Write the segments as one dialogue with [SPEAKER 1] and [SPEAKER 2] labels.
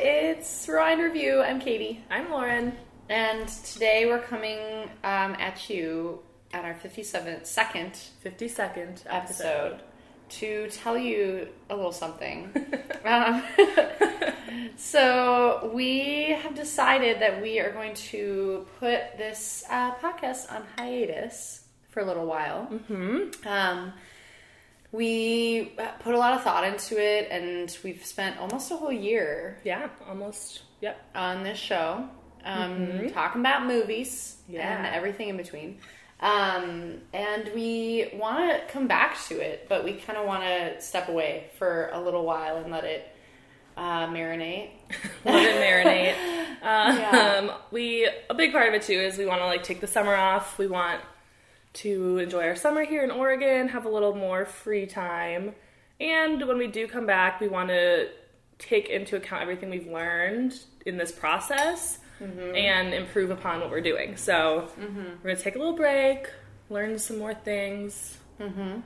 [SPEAKER 1] It's Rewind Review. I'm Katie.
[SPEAKER 2] I'm Lauren.
[SPEAKER 1] And today we're coming um, at you at our 57th, second
[SPEAKER 2] 50 second
[SPEAKER 1] episode
[SPEAKER 2] episode.
[SPEAKER 1] to tell you a little something. um, so we have decided that we are going to put this uh, podcast on hiatus for a little while. Mm-hmm. Um, we uh, put a lot of thought into it, and we've spent almost a whole year
[SPEAKER 2] Yeah, almost. Yep.
[SPEAKER 1] on this show, um, talking about movies
[SPEAKER 2] Yeah.
[SPEAKER 1] and everything in between. Um, and we want to come back to it, but we kind of want to step away for a little while and let it uh, marinate.
[SPEAKER 2] Let it marinate. Um,
[SPEAKER 1] Yeah.
[SPEAKER 2] we a big part of it too is we want to like take the summer off. We want to enjoy our summer here in Oregon, have a little more free time, and when we do come back, we want to take into account everything we've learned in this process and improve upon what we're doing. So we're gonna take a little break, learn some more things, Mm-hmm.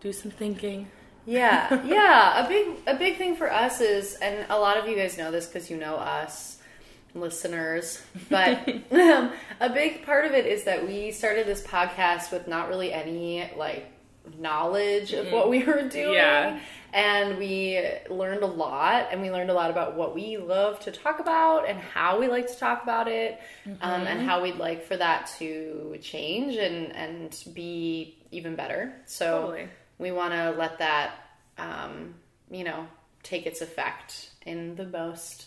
[SPEAKER 2] do some thinking.
[SPEAKER 1] Yeah, yeah. A big a big thing for us is, and a lot of you guys know this because you know us listeners, but um, a big part of it is that we started this podcast with not really any like knowledge of what we were doing.
[SPEAKER 2] Mm-hmm. Yeah.
[SPEAKER 1] And we learned a lot, and we learned a lot about what we love to talk about and how we like to talk about it, um, and
[SPEAKER 2] Mm-hmm.
[SPEAKER 1] how we'd like for that to change and, and be even better. So
[SPEAKER 2] Totally.
[SPEAKER 1] we want to let that, um, you know, take its effect in the most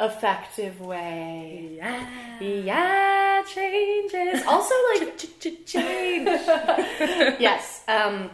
[SPEAKER 1] effective way.
[SPEAKER 2] Yeah.
[SPEAKER 1] Yeah, changes. Also, like,
[SPEAKER 2] Change.
[SPEAKER 1] yes. Um,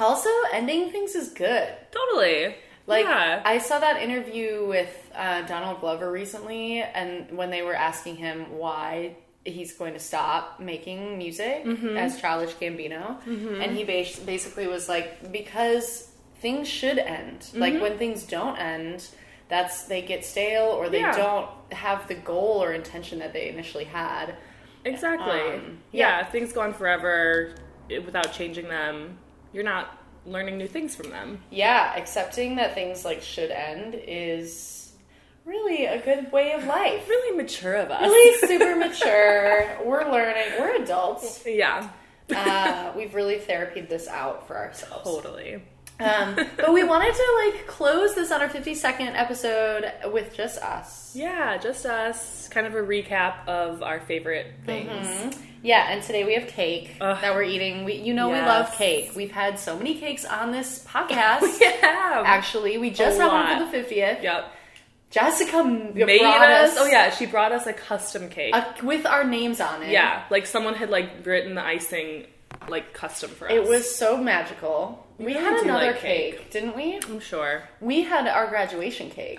[SPEAKER 1] also, ending things is good.
[SPEAKER 2] Totally.
[SPEAKER 1] Like,
[SPEAKER 2] yeah.
[SPEAKER 1] I saw that interview with uh, Donald Glover recently, and when they were asking him why he's going to stop making music
[SPEAKER 2] Mm-hmm.
[SPEAKER 1] as Childish Gambino, and he bas- basically was like, because things should end.
[SPEAKER 2] Mm-hmm.
[SPEAKER 1] Like, when things don't end, that's they get stale or they
[SPEAKER 2] Yeah.
[SPEAKER 1] don't have the goal or intention that they initially had.
[SPEAKER 2] exactly.
[SPEAKER 1] um,
[SPEAKER 2] yeah. if things go on forever i- without changing them, you're not learning new things from them.
[SPEAKER 1] Yeah, accepting that things like should end is really a good way of life.
[SPEAKER 2] Really mature of us.
[SPEAKER 1] really super mature. We're learning. We're adults.
[SPEAKER 2] yeah.
[SPEAKER 1] Uh, we've really therapied this out for ourselves.
[SPEAKER 2] Totally.
[SPEAKER 1] Um, but we wanted to like close this on our 52nd episode with just us.
[SPEAKER 2] Yeah, just us. Kind of a recap of our favorite things.
[SPEAKER 1] Yeah, and today we have cake
[SPEAKER 2] Ugh.
[SPEAKER 1] that we're eating. We, you know, we
[SPEAKER 2] Yes.
[SPEAKER 1] love cake. We've had so many cakes on this podcast.
[SPEAKER 2] Yeah.
[SPEAKER 1] Actually, we just
[SPEAKER 2] A
[SPEAKER 1] had one
[SPEAKER 2] lot.
[SPEAKER 1] for the 50th.
[SPEAKER 2] Yep.
[SPEAKER 1] Jessica m-
[SPEAKER 2] Made
[SPEAKER 1] brought
[SPEAKER 2] us,
[SPEAKER 1] us.
[SPEAKER 2] Oh yeah, she brought us a custom cake.
[SPEAKER 1] a- with our names on it.
[SPEAKER 2] yeah, like someone had like written the icing like custom for us.
[SPEAKER 1] It was so magical. We
[SPEAKER 2] really
[SPEAKER 1] had
[SPEAKER 2] do
[SPEAKER 1] another
[SPEAKER 2] like cake.
[SPEAKER 1] cake, didn't we?
[SPEAKER 2] I'm sure.
[SPEAKER 1] We had our graduation cake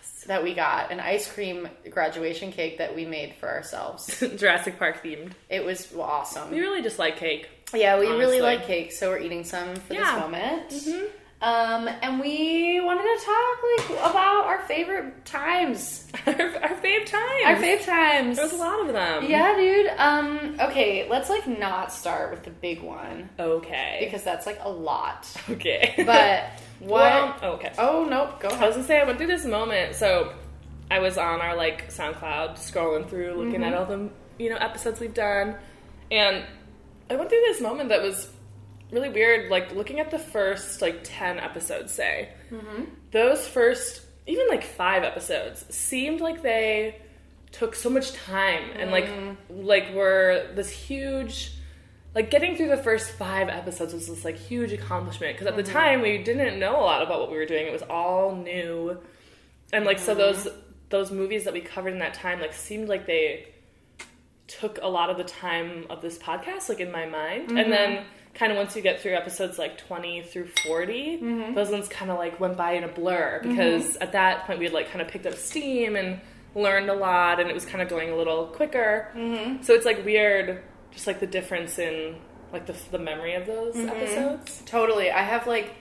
[SPEAKER 2] Yes.
[SPEAKER 1] that we got, an ice cream graduation cake that we made for ourselves.
[SPEAKER 2] Jurassic Park themed.
[SPEAKER 1] it was awesome.
[SPEAKER 2] We really just like cake.
[SPEAKER 1] yeah, we really
[SPEAKER 2] honestly.
[SPEAKER 1] like cake, so we're eating some for
[SPEAKER 2] Yeah. Mm-hmm.
[SPEAKER 1] this moment. Um, and we wanted to talk like about our favorite times,
[SPEAKER 2] our, our fave time.
[SPEAKER 1] our fave times.
[SPEAKER 2] There's a lot of them.
[SPEAKER 1] Yeah, dude. Um, okay, let's like not start with the big one
[SPEAKER 2] Okay.
[SPEAKER 1] because that's like a lot.
[SPEAKER 2] Okay.
[SPEAKER 1] But what?
[SPEAKER 2] Well, okay.
[SPEAKER 1] oh nope, go
[SPEAKER 2] I
[SPEAKER 1] ahead.
[SPEAKER 2] was gonna say I went through this moment. So I was on our like SoundCloud scrolling through, looking
[SPEAKER 1] Mm-hmm.
[SPEAKER 2] at all the you know episodes we've done, and I went through this moment that was really weird. Like looking at the first like ten episodes, say
[SPEAKER 1] Mm-hmm.
[SPEAKER 2] those first even like five episodes seemed like they took so much time and like
[SPEAKER 1] Mm.
[SPEAKER 2] like were this huge like getting through the first five episodes was this like huge accomplishment because at the time we didn't know a lot about what we were doing it was all new and like so those those movies that we covered in that time like seemed like they took a lot of the time of this podcast like in my mind and then kind of once you get through episodes like 20 through 40 those ones kind of like went by in a blur because at that point we had like kind of picked up steam and learned a lot and it was kind of going a little quicker so it's like weird just like the difference in like the, the memory of those episodes
[SPEAKER 1] Totally. I have like,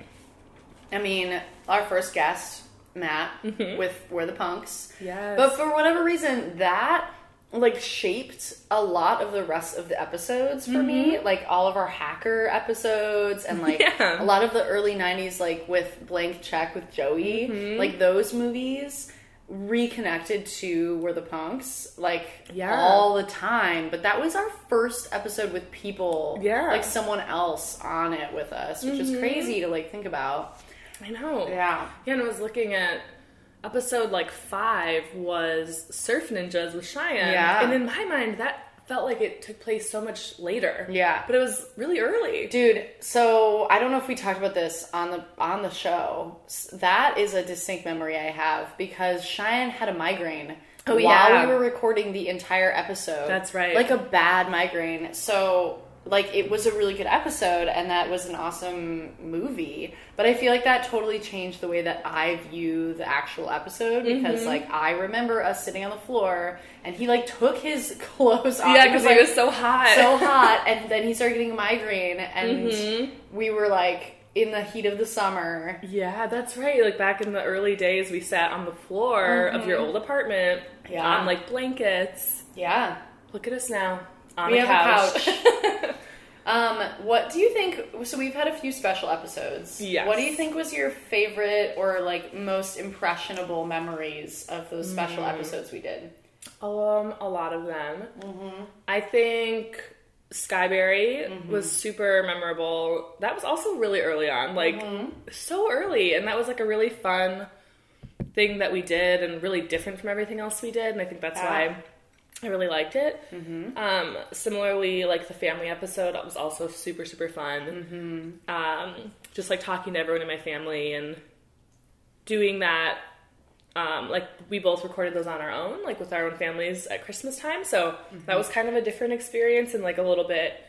[SPEAKER 1] I mean, our first guest, Matt, with We're the Punks.
[SPEAKER 2] Yes.
[SPEAKER 1] But for whatever reason, that like shaped a lot of the rest of the episodes for me. Like all of our hacker episodes and like
[SPEAKER 2] Mm-hmm. Yeah.
[SPEAKER 1] a
[SPEAKER 2] Mm-hmm.
[SPEAKER 1] lot of the early 90s, like with Blank Check with Joey, like those movies reconnected to We're the Punks like
[SPEAKER 2] Yeah.
[SPEAKER 1] all the time. But that was our first episode with people,
[SPEAKER 2] Yeah.
[SPEAKER 1] like someone else on it with us, which is crazy to like think about.
[SPEAKER 2] I know.
[SPEAKER 1] Yeah.
[SPEAKER 2] Yeah, and I was looking at episode like five was Surf Ninjas with Cheyenne.
[SPEAKER 1] Yeah.
[SPEAKER 2] And in my mind, that felt like it took place so much later.
[SPEAKER 1] Yeah.
[SPEAKER 2] But it was really early.
[SPEAKER 1] Dude, so I don't know if we talked about this on the on the show. S- That is a distinct memory I have because Cheyenne had a migraine
[SPEAKER 2] Oh,
[SPEAKER 1] while
[SPEAKER 2] yeah.
[SPEAKER 1] we were recording the entire episode.
[SPEAKER 2] That's right.
[SPEAKER 1] Like a bad migraine. So like it was a really good episode and that was an awesome movie. But I feel like that totally changed the way that I view the actual episode because
[SPEAKER 2] Mm-hmm.
[SPEAKER 1] like I remember us sitting on the floor and he like took his clothes off.
[SPEAKER 2] yeah, because
[SPEAKER 1] like,
[SPEAKER 2] it was so hot.
[SPEAKER 1] so hot and then he started getting a migraine and
[SPEAKER 2] Mm-hmm.
[SPEAKER 1] we were like in the heat of the summer
[SPEAKER 2] yeah, that's right. Like back in the early days, we sat on the floor of your old apartment
[SPEAKER 1] Yeah.
[SPEAKER 2] on like blankets.
[SPEAKER 1] yeah
[SPEAKER 2] Look at us now. On
[SPEAKER 1] We
[SPEAKER 2] a
[SPEAKER 1] have a
[SPEAKER 2] couch.
[SPEAKER 1] um what do you think so we've had a few special episodes
[SPEAKER 2] Yes.
[SPEAKER 1] what do you think was your favorite or like most impressionable memories of those special
[SPEAKER 2] Mm.
[SPEAKER 1] episodes we did
[SPEAKER 2] Um, a lot of them. I think Skyberry was super memorable. That was also really early on, like so early, and that was like a really fun thing that we did, and really different from everything else we did. And I think that's
[SPEAKER 1] Yeah.
[SPEAKER 2] why I really liked it. Um, similarly, like the family episode was also super super fun. Um, just like talking to everyone in my family and doing that um, like we both recorded those on our own, like with our own families at Christmas time. So that was kind of a different experience and like a little bit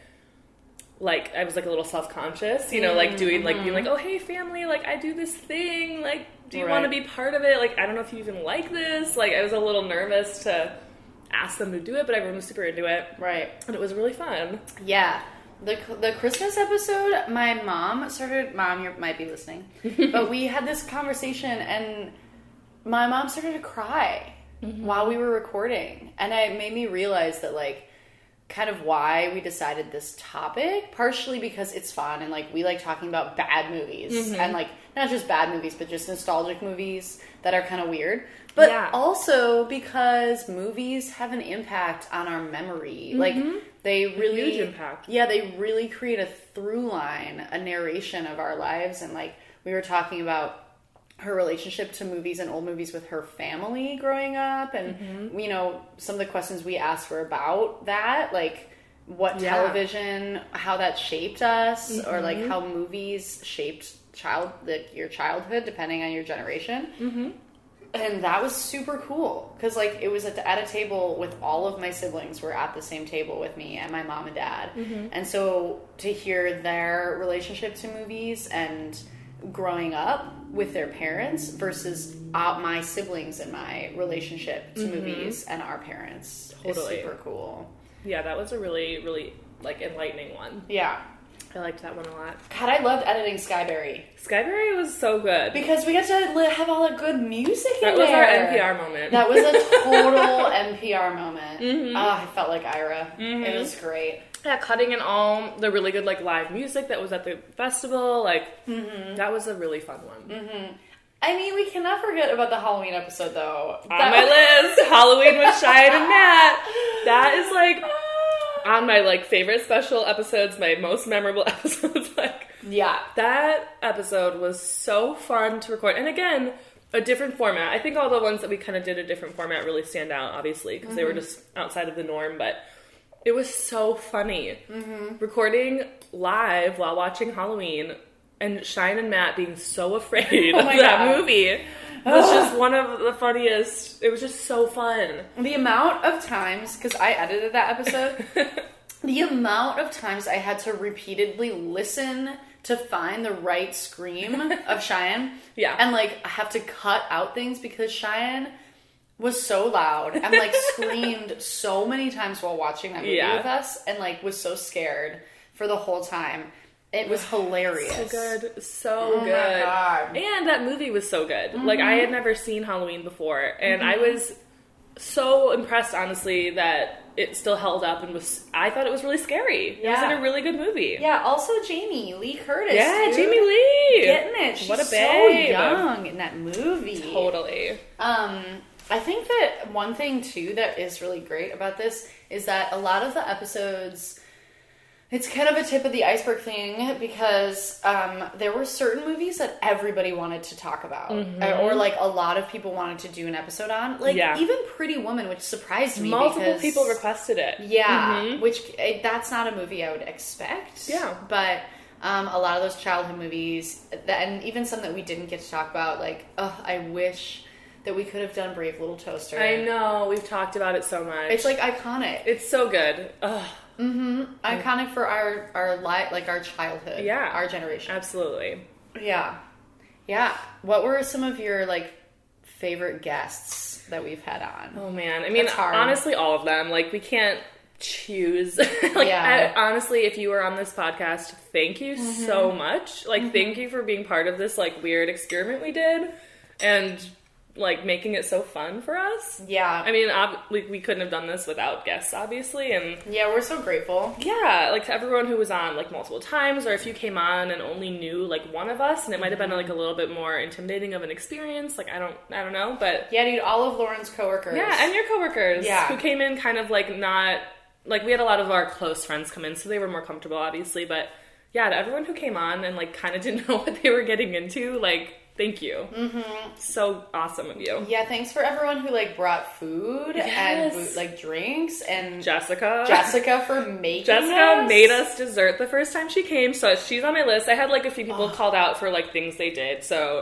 [SPEAKER 2] like I was like a little self conscious, you know, like doing like being like, oh hey family, like I do this thing, like do you want to
[SPEAKER 1] Right.
[SPEAKER 2] be part of it? Like I don't know if you even like this. Like I was a little nervous to ask them to do it, but everyone was super into it,
[SPEAKER 1] right
[SPEAKER 2] and it was really fun.
[SPEAKER 1] Yeah. The, the Christmas episode, my mom started. Mom, you might be listening, but we had this conversation, and my mom started to cry while we were recording, and it made me realize that like kind of why we decided this topic partially because it's fun and like we like talking about bad movies and like not just bad movies but just nostalgic movies that are kind of weird but
[SPEAKER 2] Yeah.
[SPEAKER 1] also because movies have an impact on our memory like they really
[SPEAKER 2] huge impact.
[SPEAKER 1] yeah they really create a through line a narration of our lives and like we were talking about her relationship to movies and old movies with her family growing up and
[SPEAKER 2] Mm-hmm.
[SPEAKER 1] you know some of the questions we asked were about that like what
[SPEAKER 2] Yeah. Mm-hmm.
[SPEAKER 1] television how that shaped us or like how movies shaped child like your childhood depending on your generation and that was super cool because like it was at, the, at a table with all of my siblings were at the same table with me and my mom and dad
[SPEAKER 2] Mm-hmm.
[SPEAKER 1] and so to hear their relationship to movies and growing up with their parents versus uh, my siblings and my relationship to movies and our parents
[SPEAKER 2] Mm-hmm. Totally.
[SPEAKER 1] is super cool
[SPEAKER 2] Yeah, that was a really really like enlightening one.
[SPEAKER 1] yeah
[SPEAKER 2] I liked that one a lot.
[SPEAKER 1] god i loved editing skyberry
[SPEAKER 2] Skyberry was so good.
[SPEAKER 1] because we got to li- have all the good music in
[SPEAKER 2] that was our
[SPEAKER 1] there.
[SPEAKER 2] NPR moment.
[SPEAKER 1] That was a total NPR moment.
[SPEAKER 2] Mm-hmm.
[SPEAKER 1] Oh, I felt like Ira. It was great.
[SPEAKER 2] Yeah, cutting in all the really good like live music that was at the festival, like
[SPEAKER 1] Mm-hmm.
[SPEAKER 2] that was a really fun one.
[SPEAKER 1] I mean, we cannot forget about the Halloween episode, though.
[SPEAKER 2] On my list, Halloween with Cheyenne and Matt. That is like on my like favorite special episodes, my most memorable episodes. Like
[SPEAKER 1] yeah,
[SPEAKER 2] that episode was so fun to record, and again, a different format. I think all the ones that we kind of did a different format really stand out, obviously, because
[SPEAKER 1] Mm-hmm.
[SPEAKER 2] they were just outside of the norm, but. It was so funny.
[SPEAKER 1] Mm-hmm.
[SPEAKER 2] Recording live while watching Halloween and Shine and Matt being so afraid of
[SPEAKER 1] Oh my
[SPEAKER 2] that
[SPEAKER 1] God.
[SPEAKER 2] movie was just one of the funniest. It was just so fun.
[SPEAKER 1] the amount of times because I edited that episode. the amount of times I had to repeatedly listen to find the right scream of Cheyenne.
[SPEAKER 2] Yeah.
[SPEAKER 1] and like I have to cut out things because Cheyenne was so loud and like screamed so many times while watching that movie
[SPEAKER 2] Yeah.
[SPEAKER 1] with us, and like was so scared for the whole time. It was hilarious.
[SPEAKER 2] So good. So
[SPEAKER 1] my
[SPEAKER 2] good.
[SPEAKER 1] God.
[SPEAKER 2] And that movie was so good. Like, I had never seen Halloween before, and I was so impressed, honestly, that it still held up and was. I thought it was really scary. It was
[SPEAKER 1] Yeah.
[SPEAKER 2] in a really good movie.
[SPEAKER 1] Yeah. Also, Jamie Lee Curtis.
[SPEAKER 2] Yeah,
[SPEAKER 1] dude.
[SPEAKER 2] Jamie Lee.
[SPEAKER 1] Getting it. She's
[SPEAKER 2] What a
[SPEAKER 1] so
[SPEAKER 2] babe.
[SPEAKER 1] young in that movie.
[SPEAKER 2] Totally.
[SPEAKER 1] Um, I think that one thing too that is really great about this is that a lot of the episodes it's kind of a tip of the iceberg thing because um, there were certain movies that everybody wanted to talk about, uh, or like a lot of people wanted to do an episode on. Like
[SPEAKER 2] Mm-hmm. Yeah.
[SPEAKER 1] even Pretty Woman, which surprised me.
[SPEAKER 2] Multiple
[SPEAKER 1] because-
[SPEAKER 2] people requested it.
[SPEAKER 1] yeah, which eh, that's not a movie I would expect.
[SPEAKER 2] Mm-hmm. Yeah.
[SPEAKER 1] but um, a lot of those childhood movies, th- and even some that we didn't get to talk about, like ugh, I wish that we could have done Brave Little Toaster.
[SPEAKER 2] I know we've talked about it so much.
[SPEAKER 1] It's like iconic,
[SPEAKER 2] it's so good. Ugh,
[SPEAKER 1] iconic for our our li- like our childhood,
[SPEAKER 2] Yeah.
[SPEAKER 1] our generation.
[SPEAKER 2] absolutely.
[SPEAKER 1] Yeah, yeah. What were some of your like favorite guests that we've had on?
[SPEAKER 2] Oh man, I mean,
[SPEAKER 1] That's hard.
[SPEAKER 2] honestly, all of them. Like, we can't choose. like,
[SPEAKER 1] Yeah. Mm-hmm.
[SPEAKER 2] I, honestly, if you were on this podcast, thank you so much. Like, thank you for being part of this like weird experiment we did, and like making it so fun for us.
[SPEAKER 1] Yeah,
[SPEAKER 2] I mean, ob- like, we couldn't have done this without guests, obviously, and
[SPEAKER 1] yeah. We're so grateful.
[SPEAKER 2] yeah, like to everyone who was on like multiple times, or if you came on and only knew like one of us, and it might have been like a little bit more intimidating of an experience. Like, I don't, I don't know, but
[SPEAKER 1] Yeah, dude. All of Lauren's coworkers.
[SPEAKER 2] yeah, and your coworkers.
[SPEAKER 1] Yeah.
[SPEAKER 2] Who came in kind of like not like we had a lot of our close friends come in, so they were more comfortable obviously, but yeah, to everyone who came on and like kind of didn't know what they were getting into, like thank you. Mm-hmm. So awesome of you.
[SPEAKER 1] Yeah, thanks for everyone who like brought food and
[SPEAKER 2] Yes.
[SPEAKER 1] boo- like drinks and
[SPEAKER 2] Jessica.
[SPEAKER 1] Jessica for making.
[SPEAKER 2] Jessica
[SPEAKER 1] us.
[SPEAKER 2] made us dessert the first time she came, so she's on my list. I had like a few people called out for like things they did. So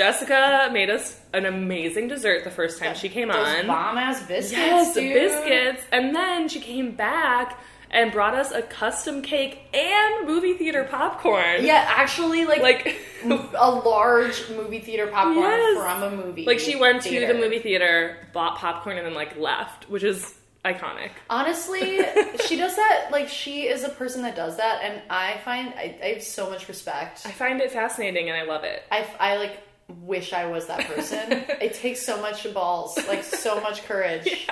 [SPEAKER 2] Jessica made us an amazing dessert the first time she came on.
[SPEAKER 1] those bomb ass biscuits.
[SPEAKER 2] Yes, the
[SPEAKER 1] dude.
[SPEAKER 2] biscuits. And then she came back and brought us a custom cake and movie theater popcorn.
[SPEAKER 1] Yeah, actually, like
[SPEAKER 2] Like
[SPEAKER 1] a large movie theater popcorn
[SPEAKER 2] Yes.
[SPEAKER 1] from a movie.
[SPEAKER 2] like she went
[SPEAKER 1] theater.
[SPEAKER 2] to the movie theater, bought popcorn and then like left, which is iconic.
[SPEAKER 1] Honestly, she does that. Like she is a person that does that, and I find I, I have so much respect.
[SPEAKER 2] I find it fascinating and I love it.
[SPEAKER 1] I, I like wish I was that person. it takes so much balls, like so much courage,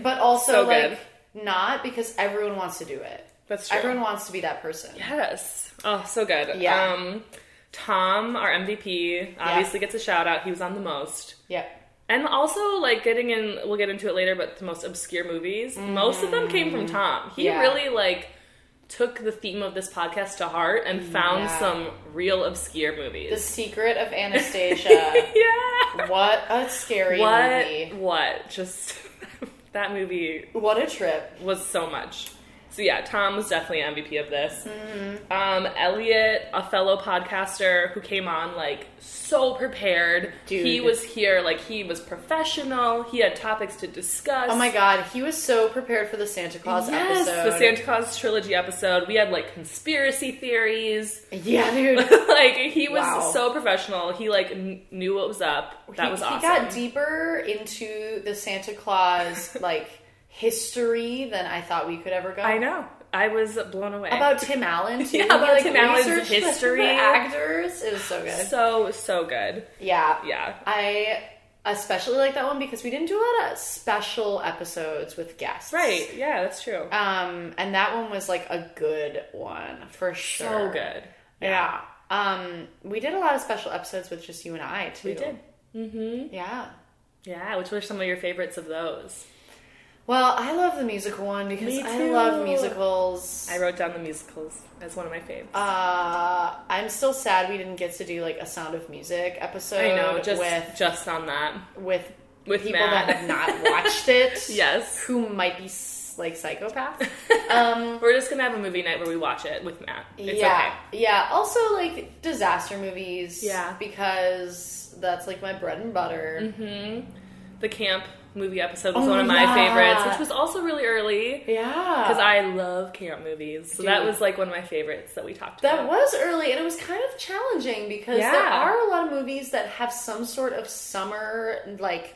[SPEAKER 1] but also
[SPEAKER 2] So
[SPEAKER 1] like not because everyone wants to do it.
[SPEAKER 2] That's true.
[SPEAKER 1] Everyone wants to be that person.
[SPEAKER 2] Yes. Oh, so good.
[SPEAKER 1] Yeah.
[SPEAKER 2] Um Tom, our MVP, obviously gets a shout out. He was on the most.
[SPEAKER 1] Yeah.
[SPEAKER 2] And also, like getting in, we'll get into it later, but the most obscure movies, most of them came from Tom. He
[SPEAKER 1] Yeah.
[SPEAKER 2] really like took the theme of this podcast to heart and found
[SPEAKER 1] Mm, Yeah.
[SPEAKER 2] some real obscure
[SPEAKER 1] The
[SPEAKER 2] movies.
[SPEAKER 1] Secret of Anastasia.
[SPEAKER 2] yeah.
[SPEAKER 1] what a scary
[SPEAKER 2] What?
[SPEAKER 1] movie.
[SPEAKER 2] What? Just that movie
[SPEAKER 1] What a trip.
[SPEAKER 2] was so much. So yeah, Tom was definitely an MVP of this.
[SPEAKER 1] Mm-hmm.
[SPEAKER 2] Um, Elliot, a fellow podcaster who came on like so prepared.
[SPEAKER 1] Dude.
[SPEAKER 2] He was here, like he was professional. He had topics to discuss.
[SPEAKER 1] Oh my god, he was so prepared for the Santa Claus
[SPEAKER 2] Yes,
[SPEAKER 1] episode.
[SPEAKER 2] the Santa Claus trilogy episode. We had like conspiracy theories.
[SPEAKER 1] yeah, dude.
[SPEAKER 2] like he was
[SPEAKER 1] Wow.
[SPEAKER 2] so professional. He like kn- knew what was up. That
[SPEAKER 1] He-
[SPEAKER 2] was
[SPEAKER 1] he,
[SPEAKER 2] awesome.
[SPEAKER 1] got deeper into the Santa Claus like history than I thought we could ever go.
[SPEAKER 2] I know. I was blown away.
[SPEAKER 1] about Tim Allen too.
[SPEAKER 2] Yeah, about
[SPEAKER 1] He, like,
[SPEAKER 2] Tim Allen's
[SPEAKER 1] researched the-
[SPEAKER 2] history.
[SPEAKER 1] the actors. It was so good.
[SPEAKER 2] so so good.
[SPEAKER 1] yeah,
[SPEAKER 2] Yeah.
[SPEAKER 1] I especially like that one because we didn't do a lot of special episodes with guests,
[SPEAKER 2] Right. Yeah, that's true.
[SPEAKER 1] Um, and that one was like a good one for sure.
[SPEAKER 2] so good.
[SPEAKER 1] Yeah. Um, we did a lot of special episodes with just you and I too.
[SPEAKER 2] We did.
[SPEAKER 1] Yeah.
[SPEAKER 2] Mm-hmm. Yeah, which were some of your favorites of those?
[SPEAKER 1] Well, I love the musical one because
[SPEAKER 2] Me
[SPEAKER 1] I
[SPEAKER 2] too.
[SPEAKER 1] love musicals.
[SPEAKER 2] I wrote down the musicals as one of my faves.
[SPEAKER 1] Uh, I'm still sad we didn't get to do like a Sound of Music episode.
[SPEAKER 2] I know, just
[SPEAKER 1] with
[SPEAKER 2] just on that.
[SPEAKER 1] with
[SPEAKER 2] With
[SPEAKER 1] people
[SPEAKER 2] Matt.
[SPEAKER 1] that have not watched it.
[SPEAKER 2] Yes.
[SPEAKER 1] who might be s- like psychopaths. Um,
[SPEAKER 2] We're just gonna have a movie night where we watch it with Matt. It's
[SPEAKER 1] yeah, yeah. Also, like disaster movies.
[SPEAKER 2] Yeah.
[SPEAKER 1] because that's like my bread and butter.
[SPEAKER 2] okay. hmm The camp movie episode was
[SPEAKER 1] Oh,
[SPEAKER 2] one of my
[SPEAKER 1] yeah.
[SPEAKER 2] favorites, which was also really early
[SPEAKER 1] Yeah,
[SPEAKER 2] because I love camp movies. So that
[SPEAKER 1] Dude.
[SPEAKER 2] was like one of my favorites that we talked
[SPEAKER 1] That
[SPEAKER 2] about.
[SPEAKER 1] was early, and it was kind of challenging because there
[SPEAKER 2] Yeah.
[SPEAKER 1] are a lot of movies that have some sort of summer, like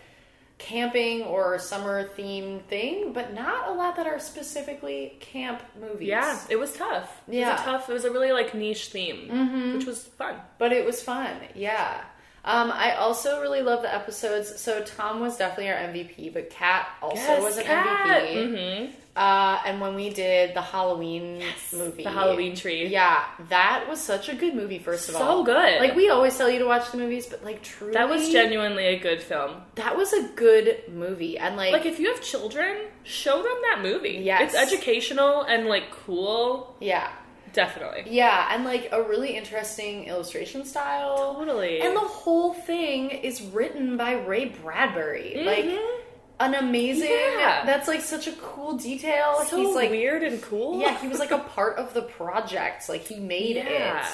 [SPEAKER 1] camping or summer theme thing, but not a lot that are specifically camp movies.
[SPEAKER 2] yeah, it was tough. It
[SPEAKER 1] Yeah. Mm-hmm.
[SPEAKER 2] was a tough. It was a really like niche theme, which was fun.
[SPEAKER 1] But it was fun, yeah. Um, I also really love the episodes. So Tom was definitely our MVP, but Kat also was an MVP.
[SPEAKER 2] Mm-hmm.
[SPEAKER 1] Uh, and when we did the Halloween movie,
[SPEAKER 2] The Halloween tree.
[SPEAKER 1] yeah, that was such a good movie. First of
[SPEAKER 2] So
[SPEAKER 1] all,
[SPEAKER 2] good.
[SPEAKER 1] Like we always tell you to watch the movies, but like truly,
[SPEAKER 2] That was genuinely a good film.
[SPEAKER 1] That was a good movie, and like,
[SPEAKER 2] Like if you have children, show them that movie.
[SPEAKER 1] Yes.
[SPEAKER 2] It's educational and like cool.
[SPEAKER 1] yeah,
[SPEAKER 2] Definitely.
[SPEAKER 1] yeah, and like a really interesting illustration style.
[SPEAKER 2] Totally.
[SPEAKER 1] And the whole thing is written by Ray Bradbury, like
[SPEAKER 2] Mhm.
[SPEAKER 1] an amazing.
[SPEAKER 2] Yeah.
[SPEAKER 1] That's like such a cool detail.
[SPEAKER 2] so
[SPEAKER 1] He's Oh, like
[SPEAKER 2] weird and cool.
[SPEAKER 1] Yeah, he was like a part of the project. Like he made
[SPEAKER 2] Yeah.
[SPEAKER 1] it.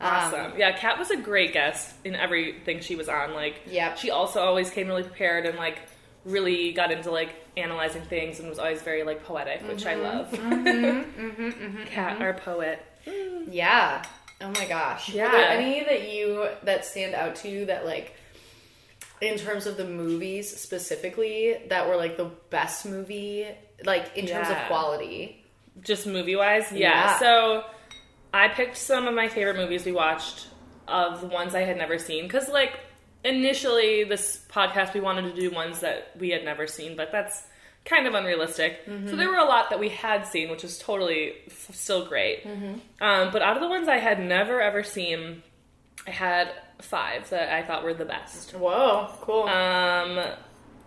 [SPEAKER 1] Um,
[SPEAKER 2] Awesome. yeah, Kat was a great guest in everything she was on. Like,
[SPEAKER 1] Yep.
[SPEAKER 2] she also always came really prepared and like really got into like analyzing things and was always very like poetic, which
[SPEAKER 1] Mm-hmm.
[SPEAKER 2] I love. Kat, our poet.
[SPEAKER 1] mhm, Yeah. Oh my gosh.
[SPEAKER 2] Yeah.
[SPEAKER 1] Were there any that you that stand out to you that like in terms of the movies specifically that were like the best movie like in terms of
[SPEAKER 2] Yeah.
[SPEAKER 1] quality?
[SPEAKER 2] just movie wise yeah.
[SPEAKER 1] Yeah.
[SPEAKER 2] so i picked some of my favorite movies we watched of the ones i had never seen because like initially this podcast we wanted to do ones that we had never seen but that's kind of unrealistic so there were a lot that we had seen which was totally f- still great um, but out of the ones i had never ever seen i had five that i thought were the best
[SPEAKER 1] Whoa, cool.
[SPEAKER 2] um,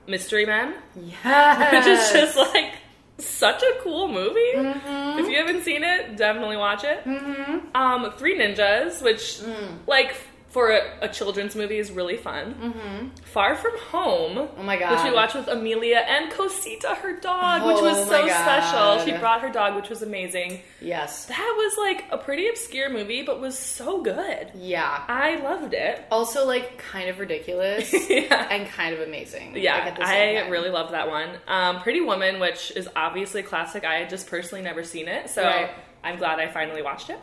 [SPEAKER 2] mystery men
[SPEAKER 1] yeah.
[SPEAKER 2] which is just like such a cool movie.
[SPEAKER 1] Mm-hmm.
[SPEAKER 2] If you haven't seen it, definitely watch it. Um, Three Ninjas, which
[SPEAKER 1] Mm.
[SPEAKER 2] like for a, a children's movie is really fun. Far from Home.
[SPEAKER 1] Oh my
[SPEAKER 2] Which we
[SPEAKER 1] Mm-hmm. God.
[SPEAKER 2] watched with Amelia and Cosita, her dog, which was
[SPEAKER 1] Oh
[SPEAKER 2] so
[SPEAKER 1] my God.
[SPEAKER 2] special. She brought her dog, which was amazing.
[SPEAKER 1] Yes.
[SPEAKER 2] That was like a pretty obscure movie, but was so good.
[SPEAKER 1] Yeah.
[SPEAKER 2] I loved it.
[SPEAKER 1] Also like kind of ridiculous
[SPEAKER 2] yeah.
[SPEAKER 1] and kind of amazing. like,
[SPEAKER 2] Yeah,
[SPEAKER 1] at the same
[SPEAKER 2] I
[SPEAKER 1] time.
[SPEAKER 2] really love that one. Um, Pretty Woman, which is obviously a classic. I had just personally never seen it, so
[SPEAKER 1] Right.
[SPEAKER 2] I'm glad I finally watched it.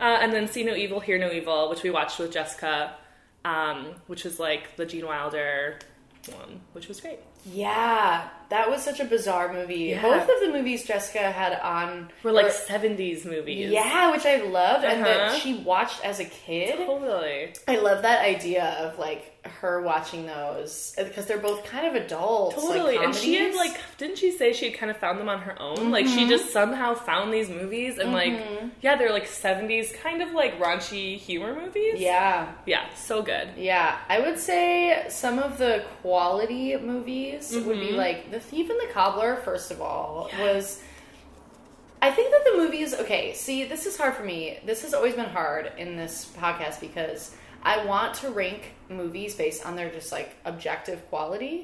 [SPEAKER 2] Uh, and then See No Evil, Hear No Evil, which we watched with Jessica, um, which is like the Gene Wilder one, which was great.
[SPEAKER 1] Yeah, that was such a bizarre movie.
[SPEAKER 2] Yeah.
[SPEAKER 1] Both of the movies Jessica had on
[SPEAKER 2] We're like 70s movies.
[SPEAKER 1] yeah, which I loved, and
[SPEAKER 2] Uh-huh.
[SPEAKER 1] that she watched as a kid.
[SPEAKER 2] Totally.
[SPEAKER 1] I love that idea of like her watching those because they're both kind of adults, like,
[SPEAKER 2] Totally. and she had
[SPEAKER 1] comedies.
[SPEAKER 2] like, didn't she say she had kind of found them on her own? Like, she
[SPEAKER 1] Mm-hmm.
[SPEAKER 2] just somehow found these movies, and like, yeah, they're like 70s kind of like raunchy humor movies.
[SPEAKER 1] yeah,
[SPEAKER 2] Yeah, so good.
[SPEAKER 1] yeah. I would say some of the quality movies would be like The Thief and the Cobbler. First of all, was I think that the movies. Okay, see, this is hard for me. This has always been hard in this podcast because I want to rank movies based on their just like objective quality,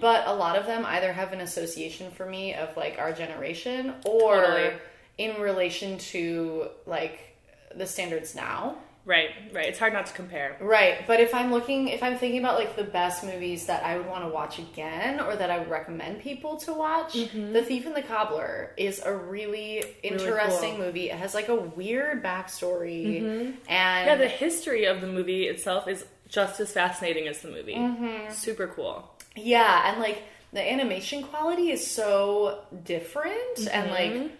[SPEAKER 1] but a lot of them either have an association for me of like our generation or
[SPEAKER 2] Totally.
[SPEAKER 1] in relation to like the standards now.
[SPEAKER 2] Right, right. It's hard not to compare.
[SPEAKER 1] Right, but if I'm looking, if I'm thinking about like the best movies that I would want to watch again or that I would recommend people to watch,
[SPEAKER 2] Mm-hmm.
[SPEAKER 1] The Thief and the Cobbler is a really interesting movie. It has like a weird backstory, and
[SPEAKER 2] Mm-hmm. Yeah, the history of the movie itself is just as fascinating as the movie. Super cool.
[SPEAKER 1] Yeah, and like the animation quality is so different and
[SPEAKER 2] Mm-hmm.
[SPEAKER 1] like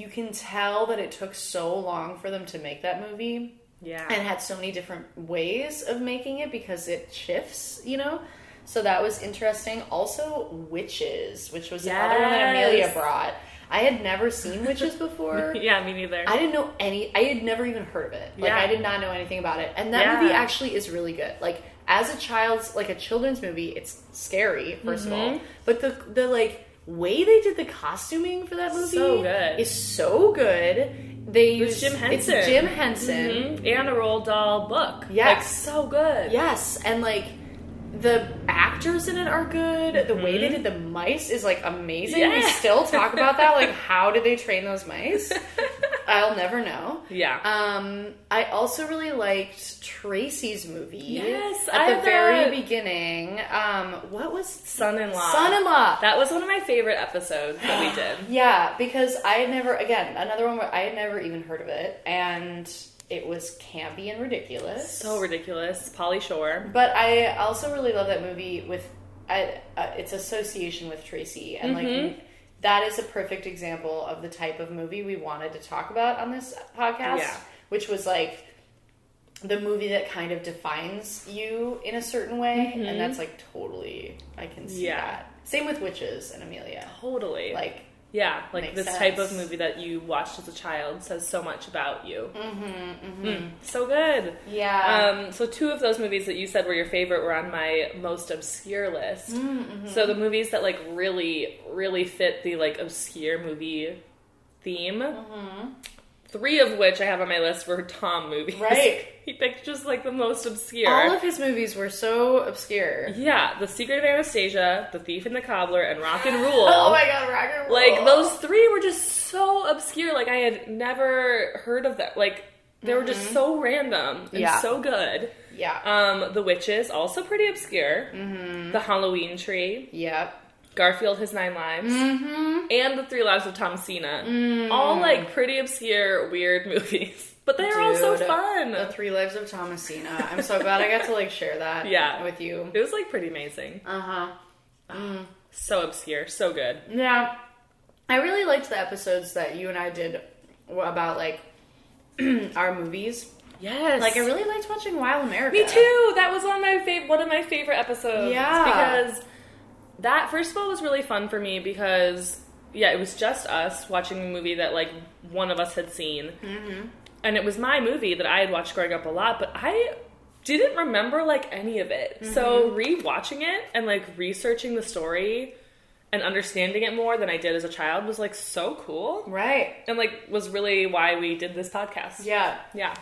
[SPEAKER 1] you can tell that it took so long for them to make that movie
[SPEAKER 2] Yeah.
[SPEAKER 1] and had so many different ways of making it because it shifts, you know? So that was interesting. Also Witches, which was another one that Amelia
[SPEAKER 2] Yes.
[SPEAKER 1] brought. I had never seen Witches before.
[SPEAKER 2] yeah, me neither.
[SPEAKER 1] I didn't know any. I had never even heard of it. Like
[SPEAKER 2] Yeah.
[SPEAKER 1] I did not know anything about it. And that
[SPEAKER 2] Yeah.
[SPEAKER 1] movie actually is really good. Like as a child's, like a children's movie, it's scary 1st of
[SPEAKER 2] Mm-hmm.
[SPEAKER 1] all. But the the like way they did the costuming for that movie
[SPEAKER 2] So good.
[SPEAKER 1] is so good. They use
[SPEAKER 2] Jim Henson.
[SPEAKER 1] It's Jim Henson.
[SPEAKER 2] Mhm. And a Roald Dahl book.
[SPEAKER 1] Yes.
[SPEAKER 2] Like, so good.
[SPEAKER 1] Yes, and like the actors in it are good. The way they did the mice is like amazing. We
[SPEAKER 2] Mm-hmm. Yeah.
[SPEAKER 1] still talk about that. Like how did they train those mice? I'll never know.
[SPEAKER 2] Yeah.
[SPEAKER 1] Um, I also really liked Tracy's movie.
[SPEAKER 2] Yes,
[SPEAKER 1] at
[SPEAKER 2] I
[SPEAKER 1] the
[SPEAKER 2] had
[SPEAKER 1] very
[SPEAKER 2] that.
[SPEAKER 1] beginning. Um, what was
[SPEAKER 2] Son in law.
[SPEAKER 1] Son-in-Law?
[SPEAKER 2] That was one of my favorite episodes that we did.
[SPEAKER 1] yeah, because I had never again another one where I had never even heard of it, and it was campy and ridiculous.
[SPEAKER 2] So ridiculous. Polly Shore.
[SPEAKER 1] But I also really love that movie with I, uh, its association with Tracy, and
[SPEAKER 2] Mm-hmm.
[SPEAKER 1] like that is a perfect example of the type of movie we wanted to talk about on this podcast,
[SPEAKER 2] Yeah.
[SPEAKER 1] which was like the movie that kind of defines you in a certain way, and that's like totally I can see
[SPEAKER 2] Mm-hmm. Yeah.
[SPEAKER 1] that. Same with witches and Amelia.
[SPEAKER 2] Totally.
[SPEAKER 1] Like
[SPEAKER 2] yeah, like
[SPEAKER 1] makes
[SPEAKER 2] this type of
[SPEAKER 1] sense.
[SPEAKER 2] movie that you watched as a child says so much about you.
[SPEAKER 1] Mm.
[SPEAKER 2] Mm-hmm, so good.
[SPEAKER 1] yeah,
[SPEAKER 2] Um, so two of those movies that you said were your favorite were on my most obscure list.
[SPEAKER 1] Mm, mm-hmm.
[SPEAKER 2] So the movies that like really, really fit the like obscure movie theme.
[SPEAKER 1] Mm-hmm.
[SPEAKER 2] Three of which I have on my list were Tom movies.
[SPEAKER 1] Right.
[SPEAKER 2] he picked just like the most obscure.
[SPEAKER 1] all of his movies were so obscure.
[SPEAKER 2] yeah, The Secret of Anastasia, The Thief and the Cobbler, and Rock and Rule.
[SPEAKER 1] Oh my god, rock and roll.
[SPEAKER 2] Like those three were just so obscure. Like I had never heard of that. Like they were just so random and
[SPEAKER 1] Mm-hmm. Yeah.
[SPEAKER 2] so good.
[SPEAKER 1] Yeah.
[SPEAKER 2] Um, the witches also pretty obscure. The Halloween tree,
[SPEAKER 1] yep.
[SPEAKER 2] Garfield his nine lives,
[SPEAKER 1] Mm-hmm.
[SPEAKER 2] and the Three Lives of Tom Cena. All like pretty obscure, weird movies, but they are all so
[SPEAKER 1] Dude.
[SPEAKER 2] fun.
[SPEAKER 1] The Three Lives of Thomasina. I'm so glad I got to like share that.
[SPEAKER 2] Yeah.
[SPEAKER 1] With you.
[SPEAKER 2] It was like pretty amazing.
[SPEAKER 1] Uh huh.
[SPEAKER 2] So obscure, so good.
[SPEAKER 1] Yeah. I really liked the episodes that you and I did about like our movies.
[SPEAKER 2] Yes,
[SPEAKER 1] Like I really liked watching Wild America.
[SPEAKER 2] Me too. That was one of my fav- one of my favorite episodes.
[SPEAKER 1] Yeah.
[SPEAKER 2] because that first of all was really fun for me because yeah, it was just us watching a movie that like one of us had seen, mm-hmm. and it was my movie that I had watched growing up a lot, but I didn't remember like any of it. So
[SPEAKER 1] Mm-hmm.
[SPEAKER 2] rewatching it and like researching the story and understanding it more than I did as a child was like so cool,
[SPEAKER 1] Right.
[SPEAKER 2] and like was really why we did this podcast.
[SPEAKER 1] Yeah.
[SPEAKER 2] Yeah.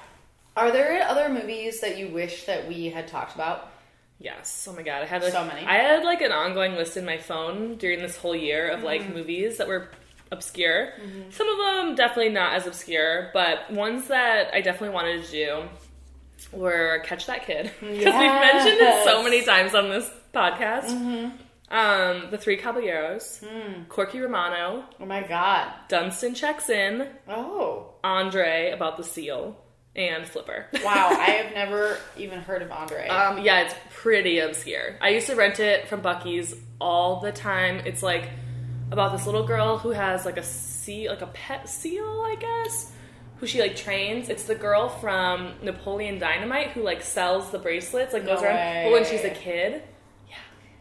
[SPEAKER 1] Are there other movies that you wish that we had talked about?
[SPEAKER 2] Yes. Oh my god, I had like,
[SPEAKER 1] So many.
[SPEAKER 2] I had like an ongoing list in my phone during this whole year of like
[SPEAKER 1] Mm-hmm.
[SPEAKER 2] movies that were obscure. Some of them definitely not as obscure, but ones that I definitely wanted to do were Catch That Kid because we've mentioned it
[SPEAKER 1] Yes.
[SPEAKER 2] so
[SPEAKER 1] Mm-hmm.
[SPEAKER 2] many times on this podcast. Um, the Three Caballeros, Corky Romano,
[SPEAKER 1] Oh my god.
[SPEAKER 2] Dunstan checks in,
[SPEAKER 1] Oh.
[SPEAKER 2] Andre about the seal, and Flipper.
[SPEAKER 1] Wow, I have never even heard of Andre.
[SPEAKER 2] Um, yeah, it's pretty obscure. I used to rent it from Bucky's all the time. It's like about this little girl who has like a sea, like a pet seal, I guess, who she like trains. It's the girl from Napoleon Dynamite who like sells the bracelets, like goes
[SPEAKER 1] No
[SPEAKER 2] around. But when
[SPEAKER 1] way.
[SPEAKER 2] she's a kid, yeah,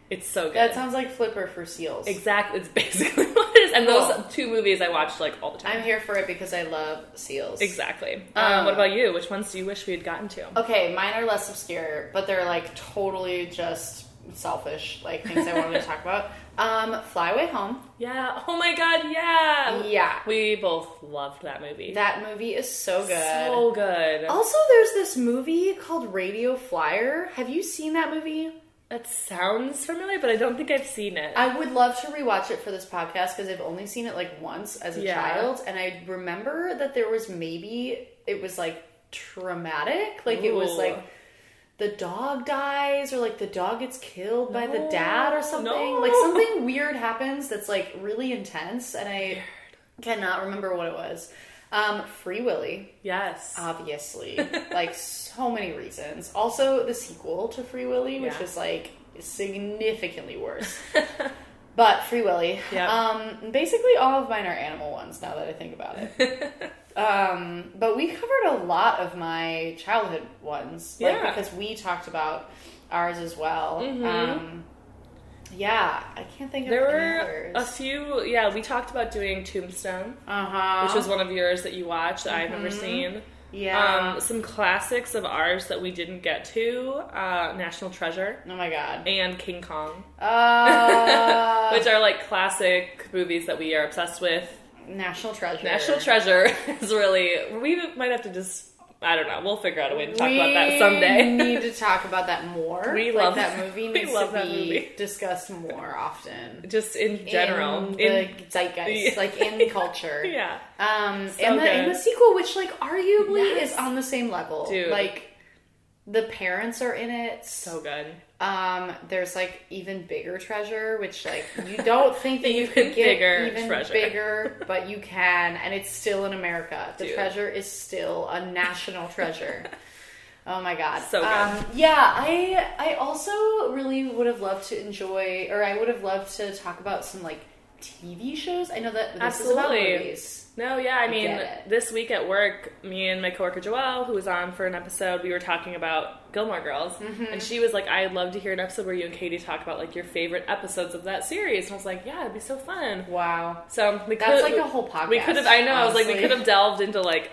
[SPEAKER 2] it's so good.
[SPEAKER 1] that sounds like Flipper for seals.
[SPEAKER 2] exactly. It's basically what it is. And those
[SPEAKER 1] Cool.
[SPEAKER 2] two movies I watched like all the time.
[SPEAKER 1] I'm here for it because I love seals.
[SPEAKER 2] exactly.
[SPEAKER 1] Um, oh.
[SPEAKER 2] um, what about you? Which ones do you wish we had gotten to?
[SPEAKER 1] Okay, mine are less obscure, but they're like totally just selfish, like things I wanted to talk about. Um, Fly Away Home.
[SPEAKER 2] Yeah. Oh my God. Yeah.
[SPEAKER 1] Yeah.
[SPEAKER 2] We both loved that movie.
[SPEAKER 1] That movie is so good. Oh.
[SPEAKER 2] So good.
[SPEAKER 1] also, there's this movie called Radio Flyer. Have you seen that movie?
[SPEAKER 2] That sounds familiar, but I don't think I've seen it.
[SPEAKER 1] I would love to rewatch it for this podcast because I've only seen it like once as a
[SPEAKER 2] Yeah.
[SPEAKER 1] child, and I remember that there was maybe it was like traumatic, like it was
[SPEAKER 2] Ooh.
[SPEAKER 1] like the dog dies or like the dog gets killed by the dad or
[SPEAKER 2] No,
[SPEAKER 1] something.
[SPEAKER 2] no.
[SPEAKER 1] Like something weird happens that's like really intense, and I cannot remember what it was. Um, Free Willy, Uh,
[SPEAKER 2] yes.
[SPEAKER 1] obviously, like so many reasons. Also, the sequel to Free Willy, which
[SPEAKER 2] Yeah.
[SPEAKER 1] is like significantly worse. But Free Willy.
[SPEAKER 2] Yep.
[SPEAKER 1] Um, basically, all of mine are animal ones now that I think about it. um, but we covered a lot of my childhood ones. Like,
[SPEAKER 2] Yeah. Mm-hmm.
[SPEAKER 1] Because we talked about ours as well. Um, yeah, I can't think of
[SPEAKER 2] there were
[SPEAKER 1] any
[SPEAKER 2] a
[SPEAKER 1] others.
[SPEAKER 2] few. Yeah, we talked about doing Tombstone,
[SPEAKER 1] Uh huh.
[SPEAKER 2] which was one of yours that you watched that I've never seen.
[SPEAKER 1] Mm-hmm. Yeah.
[SPEAKER 2] Um, some classics of ours that we didn't get to uh, National Treasure
[SPEAKER 1] oh my god.
[SPEAKER 2] and King Kong,
[SPEAKER 1] Uh,
[SPEAKER 2] which are like classic movies that we are obsessed with.
[SPEAKER 1] National Treasure.
[SPEAKER 2] National Treasure is really. We might have to just. I don't know. We'll figure out a way to talk
[SPEAKER 1] we
[SPEAKER 2] about that someday.
[SPEAKER 1] need to talk about that more.
[SPEAKER 2] We
[SPEAKER 1] like,
[SPEAKER 2] love-
[SPEAKER 1] that movie.
[SPEAKER 2] we
[SPEAKER 1] Needs
[SPEAKER 2] love
[SPEAKER 1] to
[SPEAKER 2] that
[SPEAKER 1] be
[SPEAKER 2] movie.
[SPEAKER 1] discussed more often.
[SPEAKER 2] just in general.
[SPEAKER 1] in the
[SPEAKER 2] In-
[SPEAKER 1] zeitgeist,
[SPEAKER 2] Yeah.
[SPEAKER 1] like in culture.
[SPEAKER 2] yeah.
[SPEAKER 1] Um,
[SPEAKER 2] So
[SPEAKER 1] and, the, and
[SPEAKER 2] good.
[SPEAKER 1] the sequel, which like arguably
[SPEAKER 2] Yes.
[SPEAKER 1] is on the same level,
[SPEAKER 2] Dude.
[SPEAKER 1] like the parents are in it.
[SPEAKER 2] So good.
[SPEAKER 1] um, there's like even bigger treasure, which like you don't think that you could
[SPEAKER 2] Even
[SPEAKER 1] get
[SPEAKER 2] bigger
[SPEAKER 1] even
[SPEAKER 2] treasure.
[SPEAKER 1] bigger, but you can, and it's still in America. The
[SPEAKER 2] Dude.
[SPEAKER 1] treasure is still a national treasure. Oh my god.
[SPEAKER 2] So good.
[SPEAKER 1] Um, yeah, I I also really would have loved to enjoy or I would have loved to talk about some like TV shows. I know that this is
[SPEAKER 2] Absolutely.
[SPEAKER 1] about movies.
[SPEAKER 2] No, yeah, I mean,
[SPEAKER 1] get it.
[SPEAKER 2] this week at work, me and my coworker Joelle, who was on for an episode, we were talking about Gilmore Girls,
[SPEAKER 1] Mm-hmm.
[SPEAKER 2] and she was like, "I'd love to hear an episode where you and Katie talk about like your favorite episodes of that series." And I was like, "Yeah, it'd be so fun."
[SPEAKER 1] Wow.
[SPEAKER 2] So we
[SPEAKER 1] That's
[SPEAKER 2] could,
[SPEAKER 1] like a whole podcast.
[SPEAKER 2] we could have. I know. I was like, we
[SPEAKER 1] honestly.
[SPEAKER 2] could have delved into like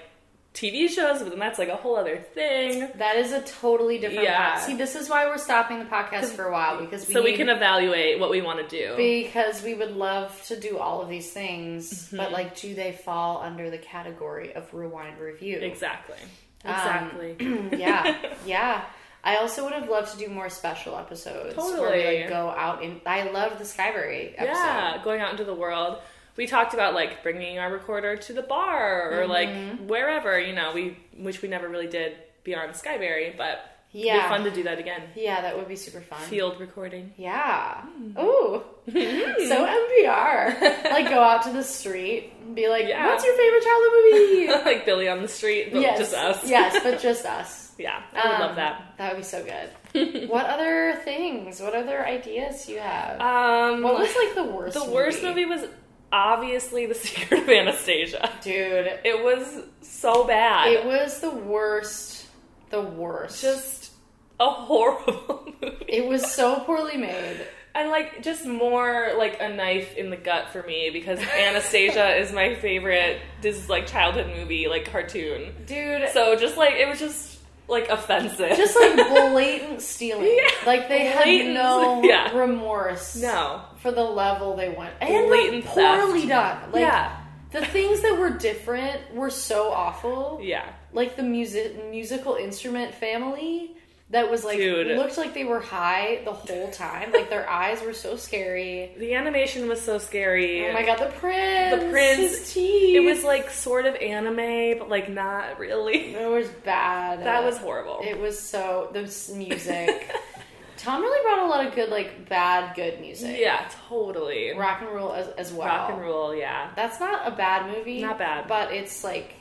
[SPEAKER 2] TV shows, but then that's like a whole other thing.
[SPEAKER 1] That is a totally different.
[SPEAKER 2] Yeah.
[SPEAKER 1] Yeah. See, this is why we're stopping the podcast for a while because we
[SPEAKER 2] so we
[SPEAKER 1] need-
[SPEAKER 2] can evaluate what we want to do.
[SPEAKER 1] because we would love to do all of these things,
[SPEAKER 2] Mm-hmm.
[SPEAKER 1] but like, do they fall under the category of rewind review?
[SPEAKER 2] exactly.
[SPEAKER 1] Um,
[SPEAKER 2] Exactly.
[SPEAKER 1] yeah, yeah. I also would have loved to do more special episodes where we
[SPEAKER 2] Totally.
[SPEAKER 1] like go out and I love the Skyberry episode.
[SPEAKER 2] yeah, going out into the world. We talked about like bringing our recorder to the bar
[SPEAKER 1] Mm-hmm.
[SPEAKER 2] or like wherever, you know, we which we never really did beyond Skyberry, but it'd be
[SPEAKER 1] Yeah.
[SPEAKER 2] fun to do that again.
[SPEAKER 1] Yeah, that would be super fun.
[SPEAKER 2] Field recording.
[SPEAKER 1] yeah.
[SPEAKER 2] Hmm.
[SPEAKER 1] Ooh. Mm-hmm. so NPR. like go out to the street and be like,
[SPEAKER 2] Yeah.
[SPEAKER 1] what's your favorite childhood movie?
[SPEAKER 2] like Billy on the street, but
[SPEAKER 1] yes.
[SPEAKER 2] just us.
[SPEAKER 1] yes, but just us.
[SPEAKER 2] Yeah. I would love
[SPEAKER 1] Um,
[SPEAKER 2] that.
[SPEAKER 1] That would be so good. what other things? What other ideas do you have?
[SPEAKER 2] Um
[SPEAKER 1] what was like the worst
[SPEAKER 2] the worst movie was obviously The Secret of Anastasia.
[SPEAKER 1] Dude,
[SPEAKER 2] It was so bad.
[SPEAKER 1] it was the worst. The worst.
[SPEAKER 2] just a horrible movie.
[SPEAKER 1] It was so poorly made.
[SPEAKER 2] And like just more like a knife in the gut for me because Anastasia is my favorite this like childhood movie like cartoon.
[SPEAKER 1] Dude,
[SPEAKER 2] So just like it was just like offensive.
[SPEAKER 1] just like blatant stealing.
[SPEAKER 2] Yeah.
[SPEAKER 1] Like they had
[SPEAKER 2] Blatant-
[SPEAKER 1] no
[SPEAKER 2] yeah.
[SPEAKER 1] remorse
[SPEAKER 2] no.
[SPEAKER 1] for the level they went. And
[SPEAKER 2] Blatant
[SPEAKER 1] like, poorly done. Like
[SPEAKER 2] yeah.
[SPEAKER 1] the things that were different were so awful.
[SPEAKER 2] Yeah.
[SPEAKER 1] Like the music musical instrument family that was like
[SPEAKER 2] Dude.
[SPEAKER 1] looked like they were high the whole time. like their eyes were so scary.
[SPEAKER 2] The animation was so scary.
[SPEAKER 1] Oh my god, the prince.
[SPEAKER 2] prince.
[SPEAKER 1] His teeth.
[SPEAKER 2] It was like sort of anime, but like not really.
[SPEAKER 1] It was bad.
[SPEAKER 2] That was horrible.
[SPEAKER 1] It was so the s- music. Tom really brought a lot of good, like bad, good music.
[SPEAKER 2] yeah, totally. Rock,
[SPEAKER 1] rock and roll as, as well.
[SPEAKER 2] and roll, yeah.
[SPEAKER 1] That's not a bad movie.
[SPEAKER 2] Not bad.
[SPEAKER 1] but it's like